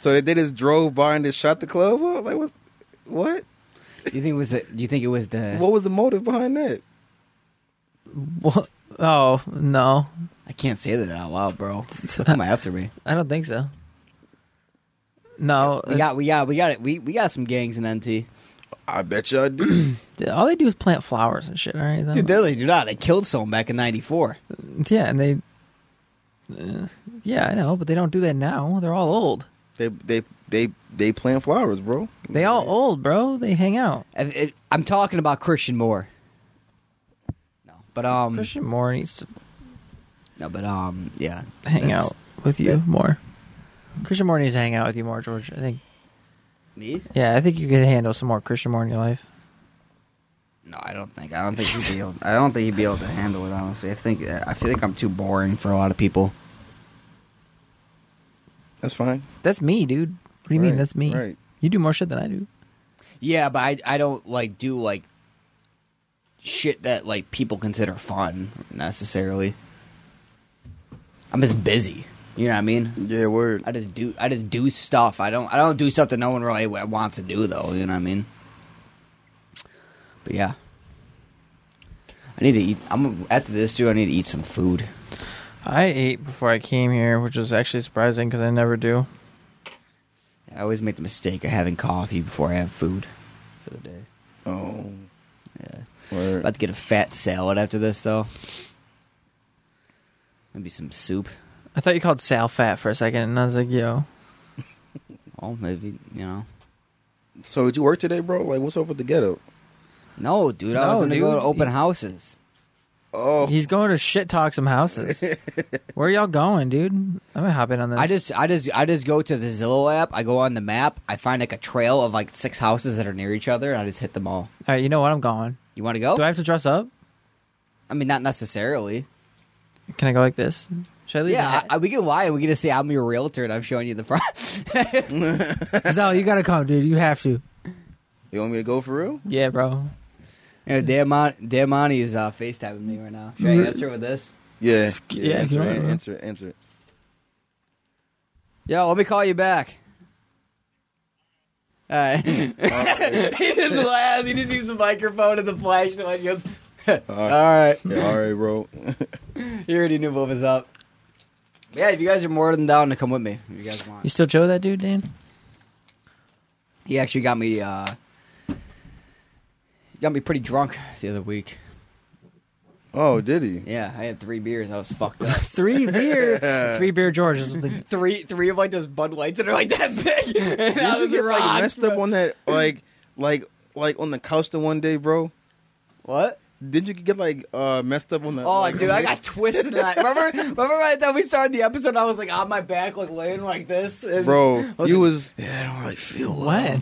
so they- they just drove by and just shot the club up. Like, what? What? Do you think it was the do you think it was the What was the motive behind that? well, oh no, I can't say that out loud, bro. Come after me. I don't think so. No, We got we got we got it. We we got some gangs in NT. I bet you I do. all they do is plant flowers and shit. All right, Dude, they really do not. They killed someone back in ninety four. Yeah, and they. Uh, yeah, I know, but they don't do that now. They're all old. [clears throat] they they they they plant flowers, bro. They all old, bro. They hang out. I'm talking about Christian Moore. No. But um Christian Moore needs to no, but um yeah. hang that's- out with you more. Christian Moore needs to hang out with you more, George. I think. Me? Yeah, I think you could handle some more Christian Moore in your life. No, I don't think. I don't think he'd be able I don't think he'd be able to handle it honestly. I think I feel like I'm too boring for a lot of people. That's fine. That's me, dude. What do you mean? Right, That's me. right. You do more shit than I do. Yeah, but I I don't like do like shit that like people consider fun necessarily. I'm just busy. You know what I mean? Yeah, word. I just do I just do stuff. I don't I don't do stuff that no one really wa- wants to do though. You know what I mean? But yeah, I need to eat. I'm after this, dude. I need to eat some food. I ate before I came here, which is actually surprising because I never do. I always make the mistake of having coffee before I have food for the day. Oh, Yeah. word. About to get a fat salad after this though. Maybe some soup. I thought you called Sal fat for a second, and I was like, yo. Oh, maybe you know. so did you work today, bro? Like, what's up with the ghetto? No, dude. I No, was gonna go dude. to open houses. Oh, He's going to shit talk some houses. Where y'all going, dude? I'm gonna hop in on this. I just, I just, I just go to the Zillow app. I go on the map. I find like a trail of like six houses that are near each other, and I just hit them all. all right. You know what? I'm going. You want to go? Do I I, have to dress up? mean, not necessarily. Can I go like this? Should I leave? Yeah, I, we can lie and we can just say I'm your realtor and I'm showing you the [laughs] front. [laughs] I, Zell, you gotta come, dude. You have to. you want me to go for real? Yeah, bro. yeah, Dan, Mon- Dan Monty is uh, FaceTiming me right now. Should I answer with this? Yeah, yeah, Answer if you it. want. Answer it. Answer it. Yo, let me call you back. All right. [laughs] he just laughs. He just uses the microphone and the flashlight. He goes, [laughs] All right, "All right." yeah, all right bro. You already knew what was up. Yeah, if you guys are more than down to come with me, if you guys You want. still Joe that dude, Dan? He actually got me, uh, got me pretty drunk the other week. [laughs] oh, did he? Yeah, I had three beers. I was fucked up. [laughs] Three beer, three beer George is the [laughs] three, three of like those Bud Lights that are like that big. [laughs] And I Did you was get like rocked, messed bro. up on that? Like, like, like on the couch the one day, bro. What? Didn't you get like uh messed up on the? Oh, like, dude, [laughs] I got twisted. and I, remember, remember by the time we started the episode, I was like on my back, like laying like this. And bro. was you it- was yeah, I don't really feel what?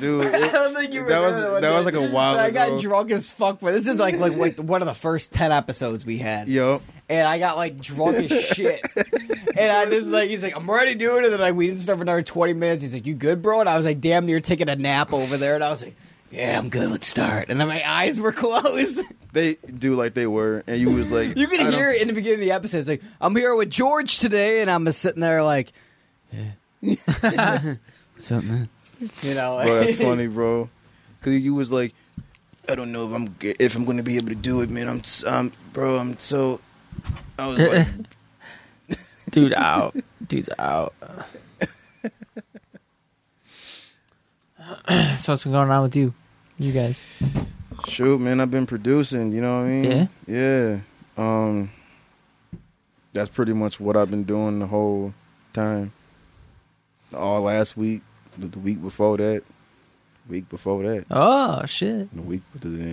dude. I it- don't think you were that was there one that was day. like a while I ago. got drunk as fuck, but this is like like, [laughs] like one of the first ten episodes we had, Yo, and I got like drunk as [laughs] shit, and I just like he's like I'm ready to do it, and then like we didn't start for another twenty minutes. He's like, "You good, bro?" And I was like, "Damn near taking a nap over there," and I was like, yeah, I'm good. Let's start. And then my eyes were [laughs] closed. They do like they were, and you was like, You can I don't- hear it in the beginning of the episode. It's like, I'm here with George today, and I'm just sitting there like, [laughs] what's up, man? You know, Bro, that's funny, bro. Cause you was like, I don't know if I'm g- if I'm gonna be able to do it, man. I'm, s- um, bro. I'm so. I was like, Dude out. Dude's out. [clears throat] so what's been going on with you? You guys. shoot, man. I've been producing. You know what I mean? Yeah. Yeah. Um. That's pretty much what I've been doing the whole time. All last week, the the week before that, week before that, Oh shit. and the week.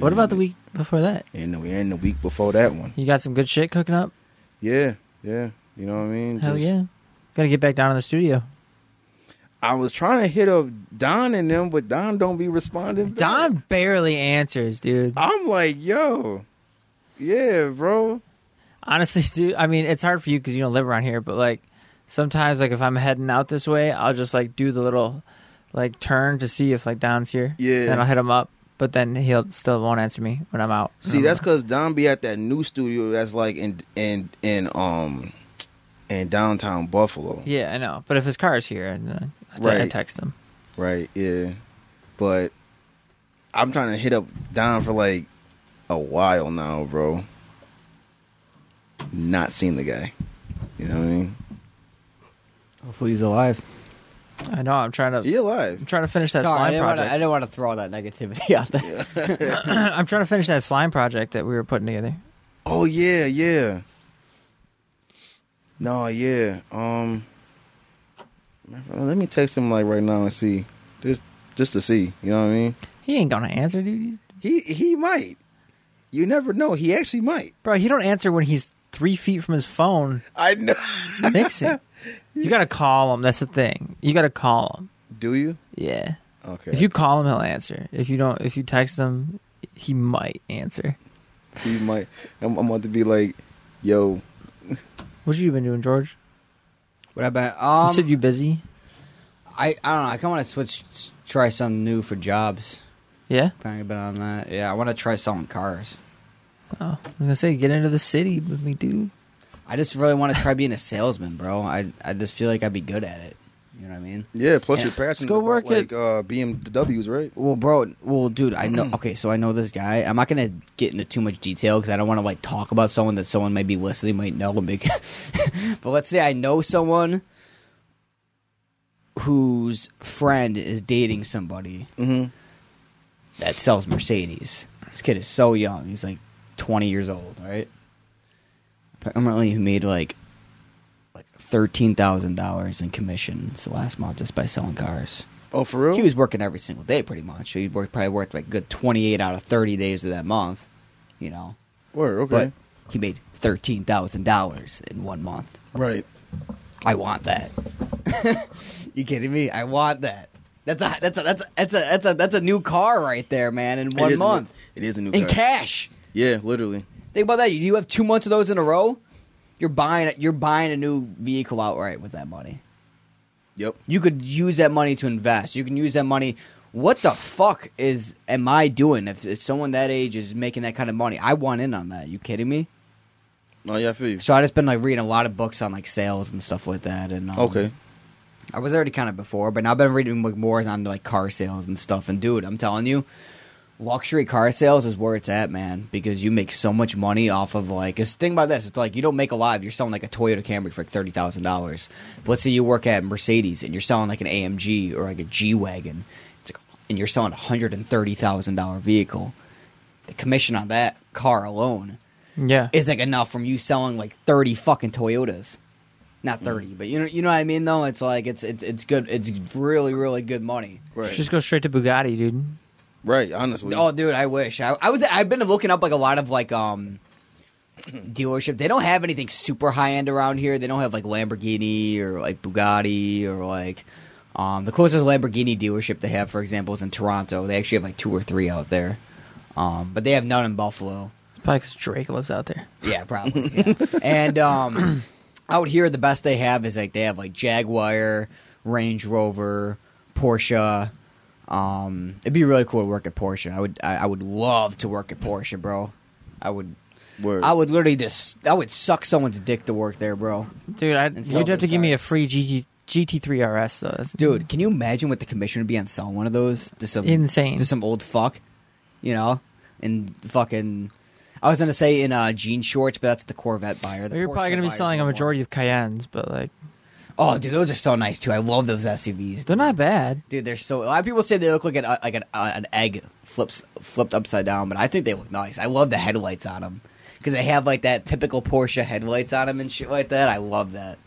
What about the week before that? And the, and the week before that one. You got some good shit cooking up? Yeah. Yeah. You know what I mean? Hell Just- yeah. Gotta get back down to the studio. I was trying to hit up Don and them, but Don don't be responding. back. Don barely answers, dude. I'm like, yo, yeah, bro. Honestly, [laughs] dude, I mean, it's hard for you because you don't live around here, but like sometimes, like if I'm heading out this way, I'll just like do the little like turn to see if like Don's here. Yeah. Then I'll hit him up, but then he'll still won't answer me when I'm out. See, that's because Don be at that new studio that's like in in in um in downtown Buffalo, [laughs] yeah, I know. But if his car's here, and uh, I, te- I Right. text him. right? Yeah, but I'm trying to hit up Don for like a while now, bro. Not seen the guy. You know what I mean? Hopefully he's alive. I know. I'm trying to. He alive. I'm trying to finish that Sorry, I slime didn't, want to, I [clears throat] project. didn't want to throw all that negativity [laughs] out there. I'm trying to finish that slime project that we were putting together. Oh yeah, yeah. No, yeah. Um, let me text him like right now and see, just just to see. You know what I mean? He ain't gonna answer, dude. He's- He he might. You never know. He actually might. Bro, he don't answer when he's three feet from [laughs] his phone I know. mixing. you gotta call him. That's the thing. You gotta call him. Do you? Yeah. Okay. If you call him, he'll answer. If you don't, if you text him, he might answer. he might. I'm, I'm about to be like, yo. What you been doing, George? What about You um? said you busy. I I don't know. I kind of want to switch, s- try something new for jobs. Yeah. Kind of been on that. Yeah, I want to try selling cars. Oh, I was gonna say get into the city with me, dude. I just really want to try being a salesman, bro. I I just feel like I'd be good at it. You know what I mean? Yeah. Plus Yeah. your passion. Let's go about, work like it. uh, BMWs, right? Well, bro. Well, dude. I know. Okay, so I know this guy. I'm not gonna get into too much detail because I don't want to like talk about someone that someone might be listening might know. [laughs] And be, but let's say I know someone whose friend is dating somebody Mhm. that sells Mercedes. This kid is so young. He's like 20 years old, right? Apparently, he made like like thirteen thousand dollars in commissions last month just by selling cars. Oh, for He real? was working every single day, pretty much. He worked probably worked like a good twenty eight out of thirty days of that month, you know. Word. But Okay. he made thirteen thousand dollars in one month. right. I want that. [laughs] you kidding me? I want that. That's a that's a that's a that's a that's a that's a new car right there, man. In It one is a new- month, it is a new in car. cash. Yeah, literally. Think about that. You have two months of those in a row. You're buying you're buying a new vehicle outright with that money. Yep. You could use that money to invest. You can use that money. What the fuck is am I doing if, if someone that age is making that kind of money? I want in on that. You kidding me? Oh yeah, I feel you. So I just been like reading a lot of books on like sales and stuff like that. And um, Okay. I was already kind of before, but now I've been reading like more on like car sales and stuff. And dude, I'm telling you, luxury car sales is where it's at, man. Because you make so much money off of like. This thing about this, it's like you don't make a lot. If you're selling like a Toyota Camry for like thirty thousand dollars. Let's say you work at Mercedes and you're selling like an AMG or like a G wagon. It's like, and you're selling a hundred and thirty thousand dollar vehicle. The commission on that car alone Yeah. is like enough from you selling like thirty fucking Toyotas. Not thirty, but you know you know what I mean though? It's like it's it's it's good it's really, really good money. Right. Just go straight to Bugatti, dude. right. Honestly. Oh dude, I wish. I, I was I've been looking up like a lot of like um dealership. They don't have anything super high end around here. They don't have like Lamborghini or like Bugatti or like um the closest Lamborghini dealership they have, for example, is in Toronto. They actually have like two or three out there. Um but they have none in Buffalo. It's probably because Drake lives out there. Yeah, probably. yeah. and um, out here, the best they have is like they have like Jaguar, Range Rover, Porsche, Um, it'd be really cool to work at Porsche. I would, I, I would love to work at Porsche, bro. I would, Word. I would literally just, I would suck someone's dick to work there, bro. dude. I, And you'd have to give me self-respect. a free GT, GT3 RS though. That's Dude, can you imagine what the commission would be on selling one of those to some Insane. to some old fuck, you know? And fucking, I was gonna say in uh, jean shorts, but that's the Corvette buyer. The You're probably Porsche gonna be buyers selling a don't want- majority of Cayennes, but like Oh, dude, those are so nice too. I love those SUVs. they're not bad. Dude, they're so. A lot of people say they look like an uh, like an, uh, an egg flips flipped upside down, but I think they look nice. I love the headlights on them because they have like that typical Porsche headlights on them and shit like that. I love that.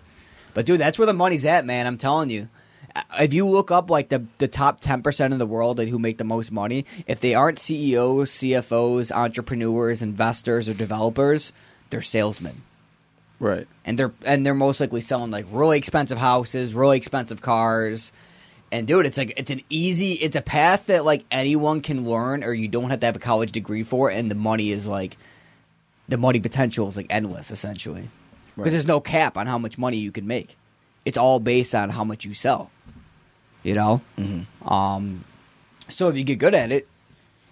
But dude, that's where the money's at, man. I'm telling you. Uh, If you look up like the the top ten percent of the world that who make the most money, if they aren't E CEOs, CFOs, entrepreneurs, investors, or developers, they're salesmen right. and they're and they're most likely selling like really expensive houses, really expensive cars. And dude, it's like it's an easy, it's a path that like anyone can learn, or you don't have to have a college degree for. And the money is like, the money potential is like endless, essentially, because Right. there's no cap on how much money you can make. It's all based on how much you sell. You know, um, so if you get good at it,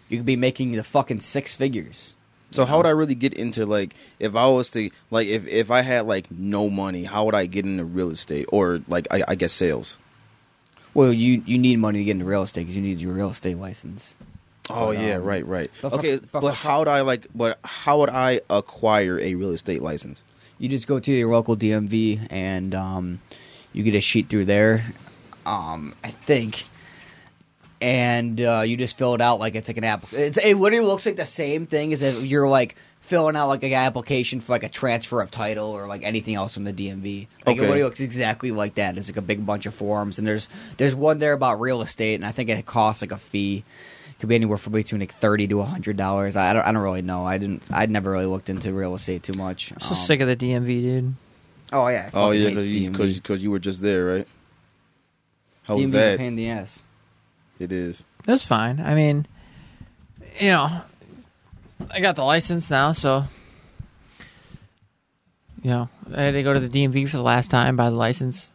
you could be making the fucking six figures. So how would I really get into like if I was to like if if I had like no money, how would I get into real estate or like I, I guess sales? Well, you you need money to get into real estate because you need your real estate license. Oh But, yeah, um, right, right. but for- okay, but but, for- how would I like? But how would I acquire a real estate license? you just go to your local DMV and um, you get a sheet through there, um, I think, and uh, you just fill it out like it's like an app. It's, it literally looks like the same thing as if you're like filling out like an application for like a transfer of title or like anything else from the DMV. Like it Okay. literally looks exactly like that. There's like a big bunch of forms and there's there's one there about real estate and I think it costs like a fee. It could be anywhere from between like thirty to hundred dollars. I don't I don't really know. I didn't I'd never really looked into real estate too much. I'm so Um, sick of the DMV, dude. Oh yeah. Oh yeah, because because you were just there, right? How was that? pain in the ass. It is. That's fine. I mean, you know, I got the license now, so you know, I had to go to the DMV for the last time by the license.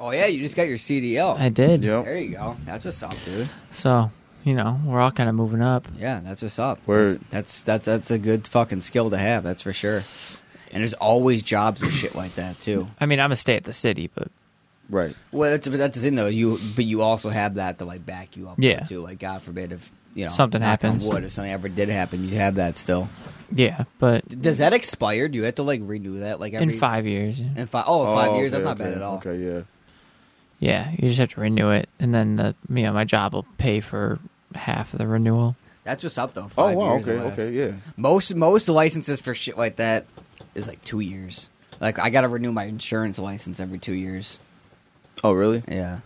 Oh yeah, you just got your CDL. I did. Yep. there you go. That's what's up, dude. So you know, we're all kind of moving up. Yeah, that's what's up. Word. That's, that's that's that's a good fucking skill to have. That's for sure. And there's always jobs and shit like that too. I mean, I'm gonna stay at the city, but Right. Well, that's, but that's the thing though. You but you also have that to like back you up. Yeah. Too. Like God forbid if you know Something knock on happens. Wood if something ever did happen, you have that still. yeah, but Does that expire? Do you have to like renew that? Like every in five years, yeah. In five. Oh, in five Oh, years. okay, that's not bad okay, at all. Okay, yeah. yeah, you just have to renew it, and then the, you know, my job will pay for half of the renewal. That's what's up though. Oh Five wow. years or Okay. less. Okay. Yeah. Most most licenses for shit like that is like two years. Like I gotta renew my insurance license every two years. Oh really? Yeah.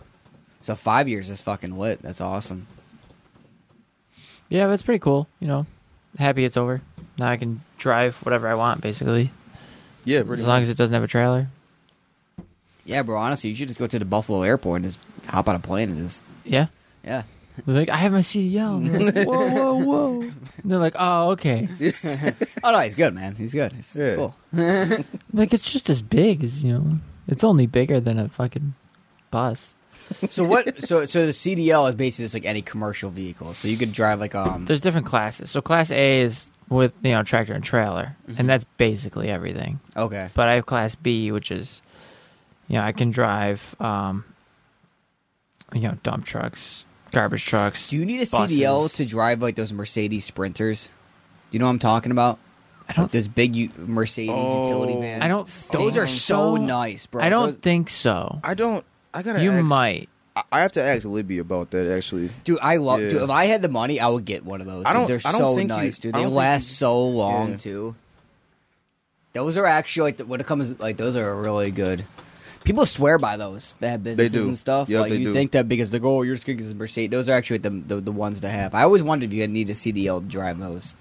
So five years is fucking lit. That's awesome. Yeah, but it's pretty cool. You know, happy it's over. Now I can drive whatever I want, basically, Yeah. as Pretty long much. as it doesn't have a trailer. Yeah, bro. Honestly, you should just go to the Buffalo airport and just hop on a plane and just Yeah. yeah. They're like, I have my CDL. And [laughs] they're like, whoa, whoa, whoa. And they're like, oh, okay. Oh no, he's good, man. He's good. He's, Yeah. it's cool. Like, it's just as big as, you know, it's only bigger than a fucking bus. So what? So so the CDL is basically just like any commercial vehicle. So you could drive like um. There's different classes. So, class A is with, you know, tractor and trailer, Mm-hmm. and that's basically everything. Okay. But I have class B, which is, you know, I can drive, um, you know, dump trucks, garbage trucks. Do you need a buses. CDL to drive like those Mercedes Sprinters? You know what I'm talking about? I don't- Like those big u- Mercedes utility Oh. vans. I don't. Those think are so so. nice, bro. I don't Those- think so. I don't. I gotta. You ask- might. I- I have to ask Libby about that actually. dude. I love. Yeah. Dude, if I had the money, I would get one of those. I don't- They're I don't so think you- nice, dude. I They don't think last you- so long Yeah. too. Those are actually like when it comes like those are really good. People swear by those. They have businesses do. and stuff. Yep, like they you do. think that because the goal you're just gonna get a Mercedes. Those are actually the, the the ones to have. I always wondered if you had need a CDL to drive those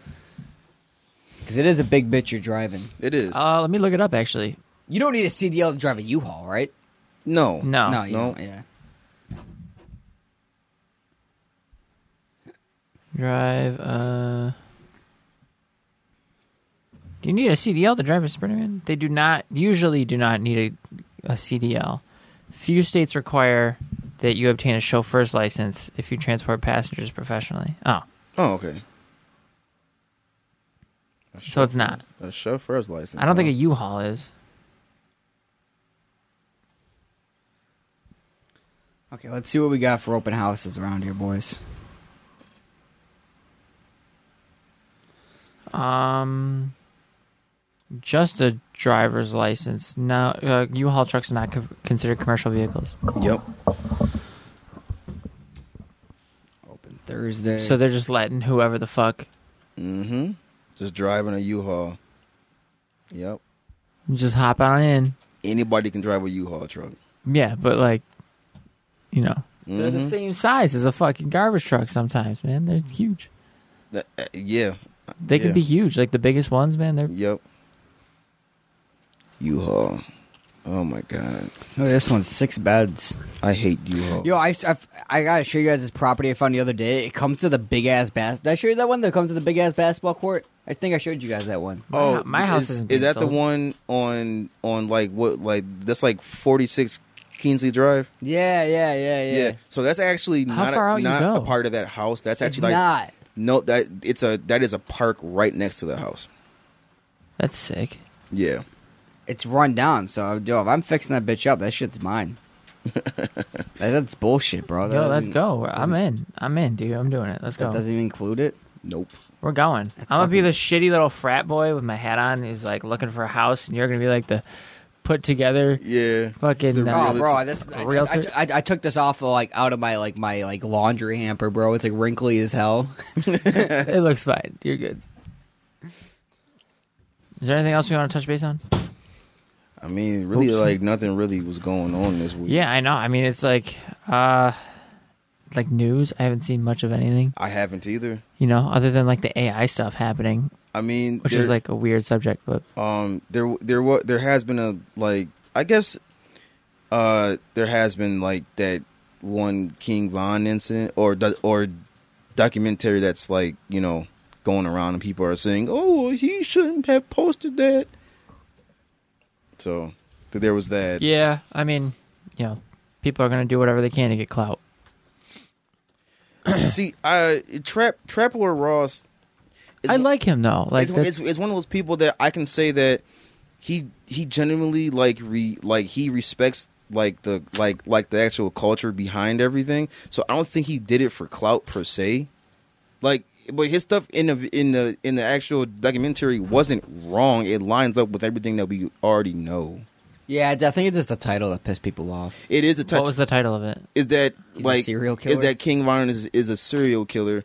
because it is a big bitch you're driving. It is. Uh, let me look it up. Actually, You don't need a CDL to drive a U-Haul, right? no. no. no, you no. don't, yeah. Drive. Uh, do you need a CDL to drive a Sprinter van? They do not. Usually, do not need a, a CDL. Few states require that you obtain a chauffeur's license if you transport passengers professionally. Oh, Oh, okay. so it's not. A chauffeur's license. I don't think a huh? U-Haul is. Okay, let's see what we got for open houses around here, boys. Um, just a driver's license. No, uh, U-Haul trucks are not co- considered commercial vehicles, Yep. Open Thursday. so they're just letting whoever the fuck Mm-hmm. Just driving a U-Haul. Yep. just hop on in. Anybody can drive a U-Haul truck. Yeah, but like, you know, they're the Mm-hmm. Mhm. same size as a fucking garbage truck. Sometimes, man, they're huge. That- uh, yeah. They Yeah. can be huge, like the biggest ones, man. They're Yep. U-Haul. Oh my god. oh, this one's six beds. I hate U-Haul. Yo, I, I, I gotta show you guys this property I found the other day. It comes to the big ass bass. Did I show you that one that comes to the big ass basketball court? I think I showed you guys that one. oh, my house is, isn't is being that sold. the one on on like what like that's like 46 Kingsley Drive? Yeah, yeah, yeah, yeah. So that's actually How not far a, out you not a go? part of that house. That's It's actually like not. no that it's a that is a park right next to the house. that's sick. Yeah. It's run down. So, yo, if I'm fixing that bitch up, that shit's mine. That- that's bullshit, bro. That Yo, let's doesn't- go. I'm doesn't- in. I'm in, dude. I'm doing it. Let's That go. doesn't even include it. Nope. We're going. I'm gonna be the shitty little frat boy with my hat on who's like looking for a house, and you're gonna be like the put together Yeah. fucking. The uh, Oh, bro, this I, Realtor- I, I, I took this off like out of my like my like laundry hamper, bro. It's like wrinkly as hell. it looks fine. You're good. Is there anything else you want to touch base on? I mean, really, Oops. like nothing really was going on this week. Yeah, I know. I mean, it's like, uh, like news. I haven't seen much of anything, I haven't either. you know, other than like the AI stuff happening, I mean, which there, is like a weird subject. But um, there, there, wa there has been a like, I guess, uh, there has been like that one King Von incident or do- or documentary that's like you know going around and people are saying, oh, he shouldn't have posted that. So th- there was that. yeah, I mean, you know, people are gonna do whatever they can to get clout. See, uh, Trap Trapper Ross. is I one- like him though. Like, it's, one- that's- it's, it's one of those people that I can say that he he genuinely like re like he respects like the like like the actual culture behind everything. So I don't think he did it for clout per se. Like, but his stuff in the in the in the actual documentary wasn't wrong. It lines up with everything that we already know. Yeah, I think it's just the title that pissed people off. It is a what type was the title of it? is that He's a like serial is killer? that King Von is is a serial killer,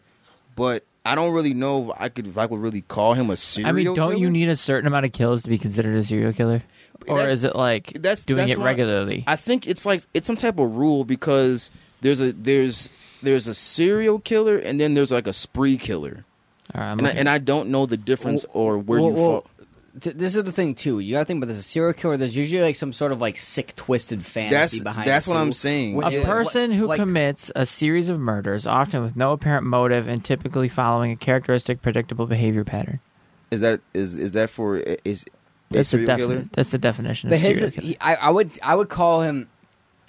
but. I don't really know if I could if I would really call him a serial. I mean, don't killer. you need a certain amount of kills to be considered a serial killer, or That- is it like that's- doing that's it why- regularly? I think it's like it's some type of rule because there's a there's there's a serial killer and then there's like a spree killer, All right, I'm and I, looking- and I don't know the difference or where Well, you well, fall. th- this is the thing too. You gotta think about this: a serial killer. There's usually like some sort of like sick, twisted fantasy That's- behind. that's it, what too. I'm saying. When a you- person who like- commits a series of murders, often with no apparent motive and typically following a characteristic, predictable behavior pattern. Is that is is that for is a That's the serial killer? definite. That's the definition But of serial his, killer. he, I, I would, I would call him.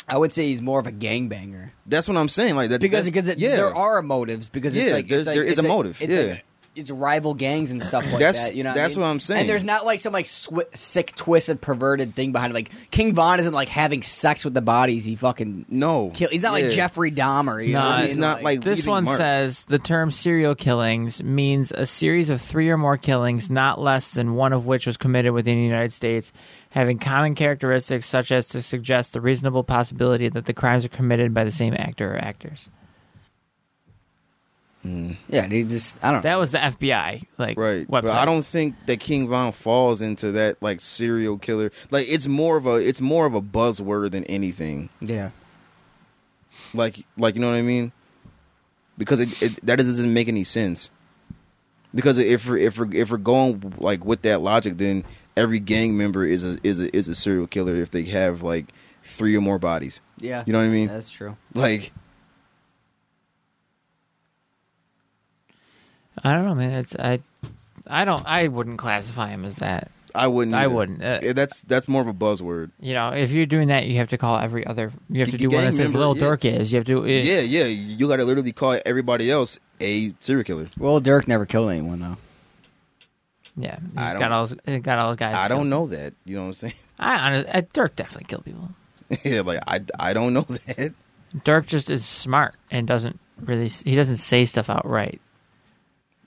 I would say he's more of a gangbanger That's what I'm saying. Like that because that- because it, yeah, there are motives because it's Yeah, like, there's- it's like there is it's a like- motive, It's yeah. like, it's rival gangs and stuff like That's- that. You know, that's I mean? what I'm saying. And there's not like some like swi sick, twisted, perverted thing behind it. Like King Von isn't like having sex with the bodies he fucking no. kill. He's not Yeah. like Jeffrey Dahmer. You know Nah, what I he's mean? not like This leaving one marks. says the term serial killings means a series of three or more killings, not less than one of which was committed within the United States, having common characteristics such as to suggest the reasonable possibility that the crimes are committed by the same actor or actors. yeah, they just I don't. That was the FBI, like Right, Website. but I don't think that King Von falls into that like serial killer. Like it's more of a it's more of a buzzword than anything. yeah. like like you know what I mean? Because it, it that doesn't make any sense. Because if we're, if we're, if we're going like with that logic, then every gang member is a is a is a serial killer if they have like three or more bodies. Yeah. You know what I mean? That's true. Like I don't know, man. It's I, I don't. I wouldn't classify him as that. I wouldn't. I either. wouldn't. Uh, Yeah, that's that's more of a buzzword. You know, if you're doing that, you have to call every other. You have G- to do what gang it says member, Lil yeah. Durk is. You have to. uh, It, Yeah, yeah. You got to literally call everybody else a serial killer. Well, Dirk never killed anyone though. yeah. He's I got all. he's Got all the guys. I don't killed. know that. You know what I'm saying? I, honest- uh, Dirk definitely killed people. [laughs] yeah, like I, I don't know [laughs] that. Dirk just is smart and doesn't really. He doesn't say stuff outright.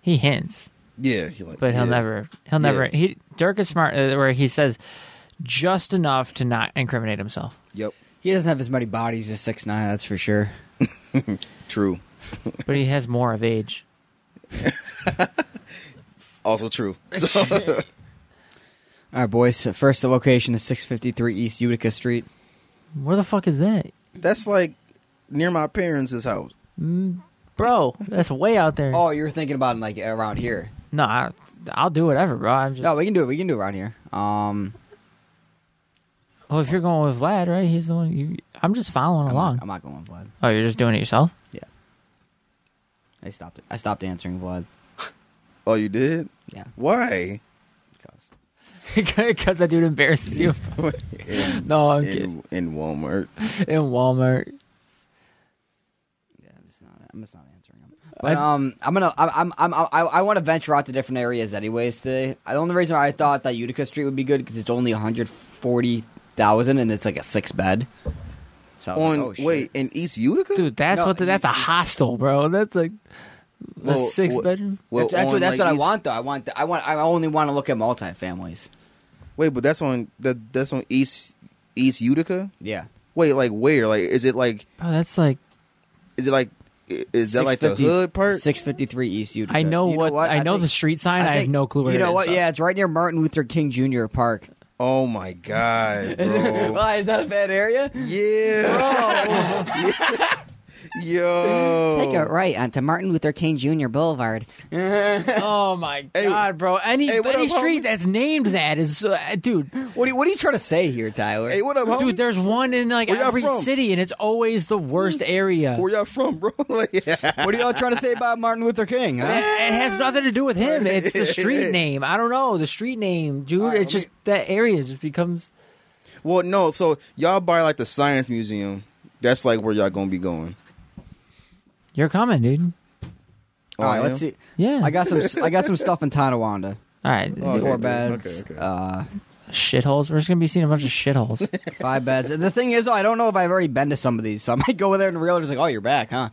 He hints, Yeah, he like. but he'll yeah. never. He'll never. He Dirk is smart uh, where he says just enough to not incriminate himself. Yep. He doesn't have as many bodies as six nine. That's for sure. True. But he has more of age. Also true. So, [laughs] All right, boys. So first, the location is six fifty three East Utica Street. Where the fuck is that, that's like near my parents' house. bro? That's way out there. Oh, you're thinking about like around here. No, I, I'll do whatever, bro. I'm just. No, we can do it. We can do it around here. Um, well, if you're going with Vlad, right? He's the one. You, I'm just following I'm along. Not, I'm not going with Vlad. oh, you're just doing it yourself. I stopped it. I stopped answering Vlad. Oh, you did? Yeah, Why? because Because that dude embarrasses you. [laughs] in, No, I'm kidding. in, in Walmart. In Walmart. yeah, I'm just not. I'm just not answering him. But um, I'm gonna. I'm. I'm. I'm I, I want to venture out to different areas, anyways. Today, the only reason why I thought that Utica Street would be good because it's only 140 thousand and it's like a six bed. So I was On like, oh, shit. wait in East Utica. Dude, that's No, what the, you- that's a hostel, bro. That's like a Well, six what- bedroom. Well, that's, that's what, on, that's like, what I East- want though. I want. The, I want. I only want to look at multifamilies. Wait, but that's on that that's on East East Utica. Yeah. Wait, like where? Like is it like Bro, that's like is it like i- is that like the 650 hood part? 653 East Utica. I know You what, I know think- the street sign. I, have think- no clue where You it know is, what? though. Yeah, it's right near Martin Luther King Jr. Park. Oh my [laughs] god, bro! Why is that a bad area? yeah, [laughs] yo. Take a right onto Martin Luther King Jr. Boulevard. Oh my Hey, god, bro! Any hey, what any up, homie? street that's named that is, uh, dude, What are you, what are you trying to say here, Tyler? Hey, what up, homie? dude. There's one in like Where y'all every from? city, and it's always the worst area. Where y'all from, bro? [laughs] like, what are y'all trying to say about Martin Luther King? [laughs] It, Huh? it has nothing to do with him. It's the street name. I don't know the street name, dude. right, it's let just that area just becomes. well, no. So y'all by like the science museum. That's like where y'all gonna be going. You're coming, dude. Oh, All right, I let's am? see. Yeah. I got some. I got some stuff in Tonawanda. All right. Oh, okay, Four dude. beds, Okay, okay. Uh, Shitholes. We're just gonna be seeing a bunch of [laughs] shitholes. five beds. And the thing is, though, I don't know if I've already been to some of these, so I might go over there and realize, like, oh, you're back, [laughs] huh?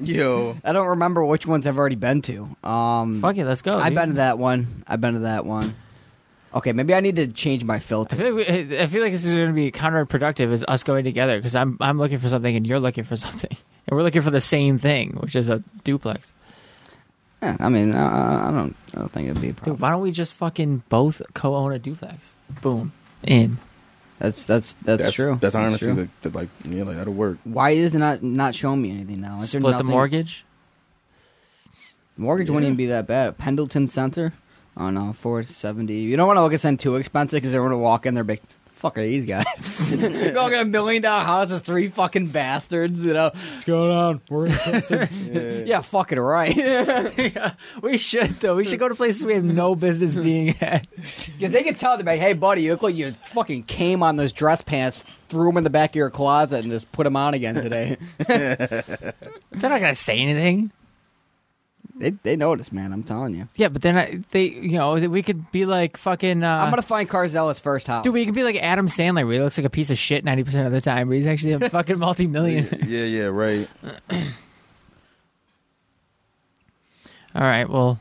Yo, [laughs] I don't remember which ones I've already been to. Um, Fuck it, let's go. I've dude. been to that one. I've been to that one. Okay, maybe I need to change my filter. I feel like we, I feel like this is going to be counterproductive as us going together because I'm I'm looking for something and you're looking for [laughs] something and we're looking for the same thing, which is a duplex. Yeah, I mean, I, I don't, I don't think it'd be a problem. Dude, why don't we just fucking both co-own a duplex? Boom, in. That's that's that's, true. That's honestly true. the, the, like yeah, like that'll work. Why is it not not showing me anything now? Is there Split the nothing- mortgage. Mortgage wouldn't even be that bad. Pendleton Center on uh, four seventy. You don't want to look at something too expensive because they're gonna walk in there big. Fuck are these guys? [laughs] They're all got a million dollar houses, three fucking bastards. You know what's going on? We're expensive. [laughs] yeah, fucking right. We should though. Oh, We should go to places we have no [laughs] business being at. Yeah, they can tell them, like, hey, buddy, you look like you fucking came on those dress pants, threw them in the back of your closet, and just put them on again [laughs] today. They're not gonna say anything. they, they notice, man. I'm telling you. Yeah, but then I, they, you know, we could be like fucking. Uh, I'm gonna find Carzella's first house. Dude, we could be like Adam Sandler, where he looks like a piece of shit ninety percent of the time, but he's actually [laughs] a fucking multi-million. Yeah, yeah, right. All right, well,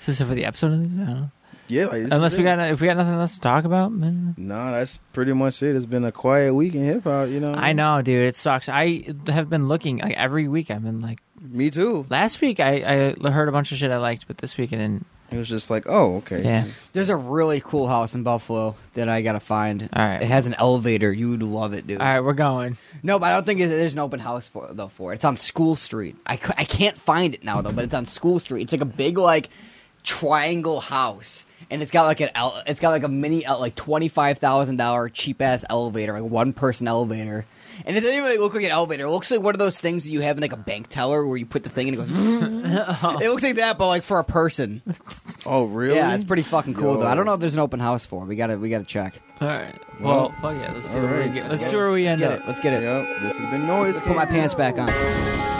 is this it for the episode? I don't know. Yeah, like, this is Unless we it. got if we got nothing else to talk about, man. Nah, that's pretty much it. It's been a quiet week in hip hop, you know. I know, dude. It sucks. I have been looking like every week. I've been like Me too. last week. I, I heard a bunch of shit I liked, but this week I didn't. It was just like, oh, okay. Yeah. There's a really cool house in Buffalo that I gotta find. All right. It has an elevator. You would love it, dude. All right, we're going. No, but I don't think it- there's an open house for though. For it. it's on School Street. I, cou- I can't find it now though, but it's on School Street. It's like a big like triangle house, and it's got like uh, an el- it's got like a mini el- like twenty five thousand dollar cheap ass elevator, like one person elevator, And it doesn't even like, look like an elevator. It looks like one of those things that you have in like a bank teller where you put the thing and it goes. [laughs] [laughs] It looks like that, but like for a person. Oh, really? Yeah, it's pretty fucking cool though. I Yo. don't know if there's an open house for. it. We gotta we gotta check. All right. Well, fuck yeah. Let's see where we right. get. Let's see where we end Get up. it. Let's get it. Yep. This has been noise. Let's put my Cave. pants back on.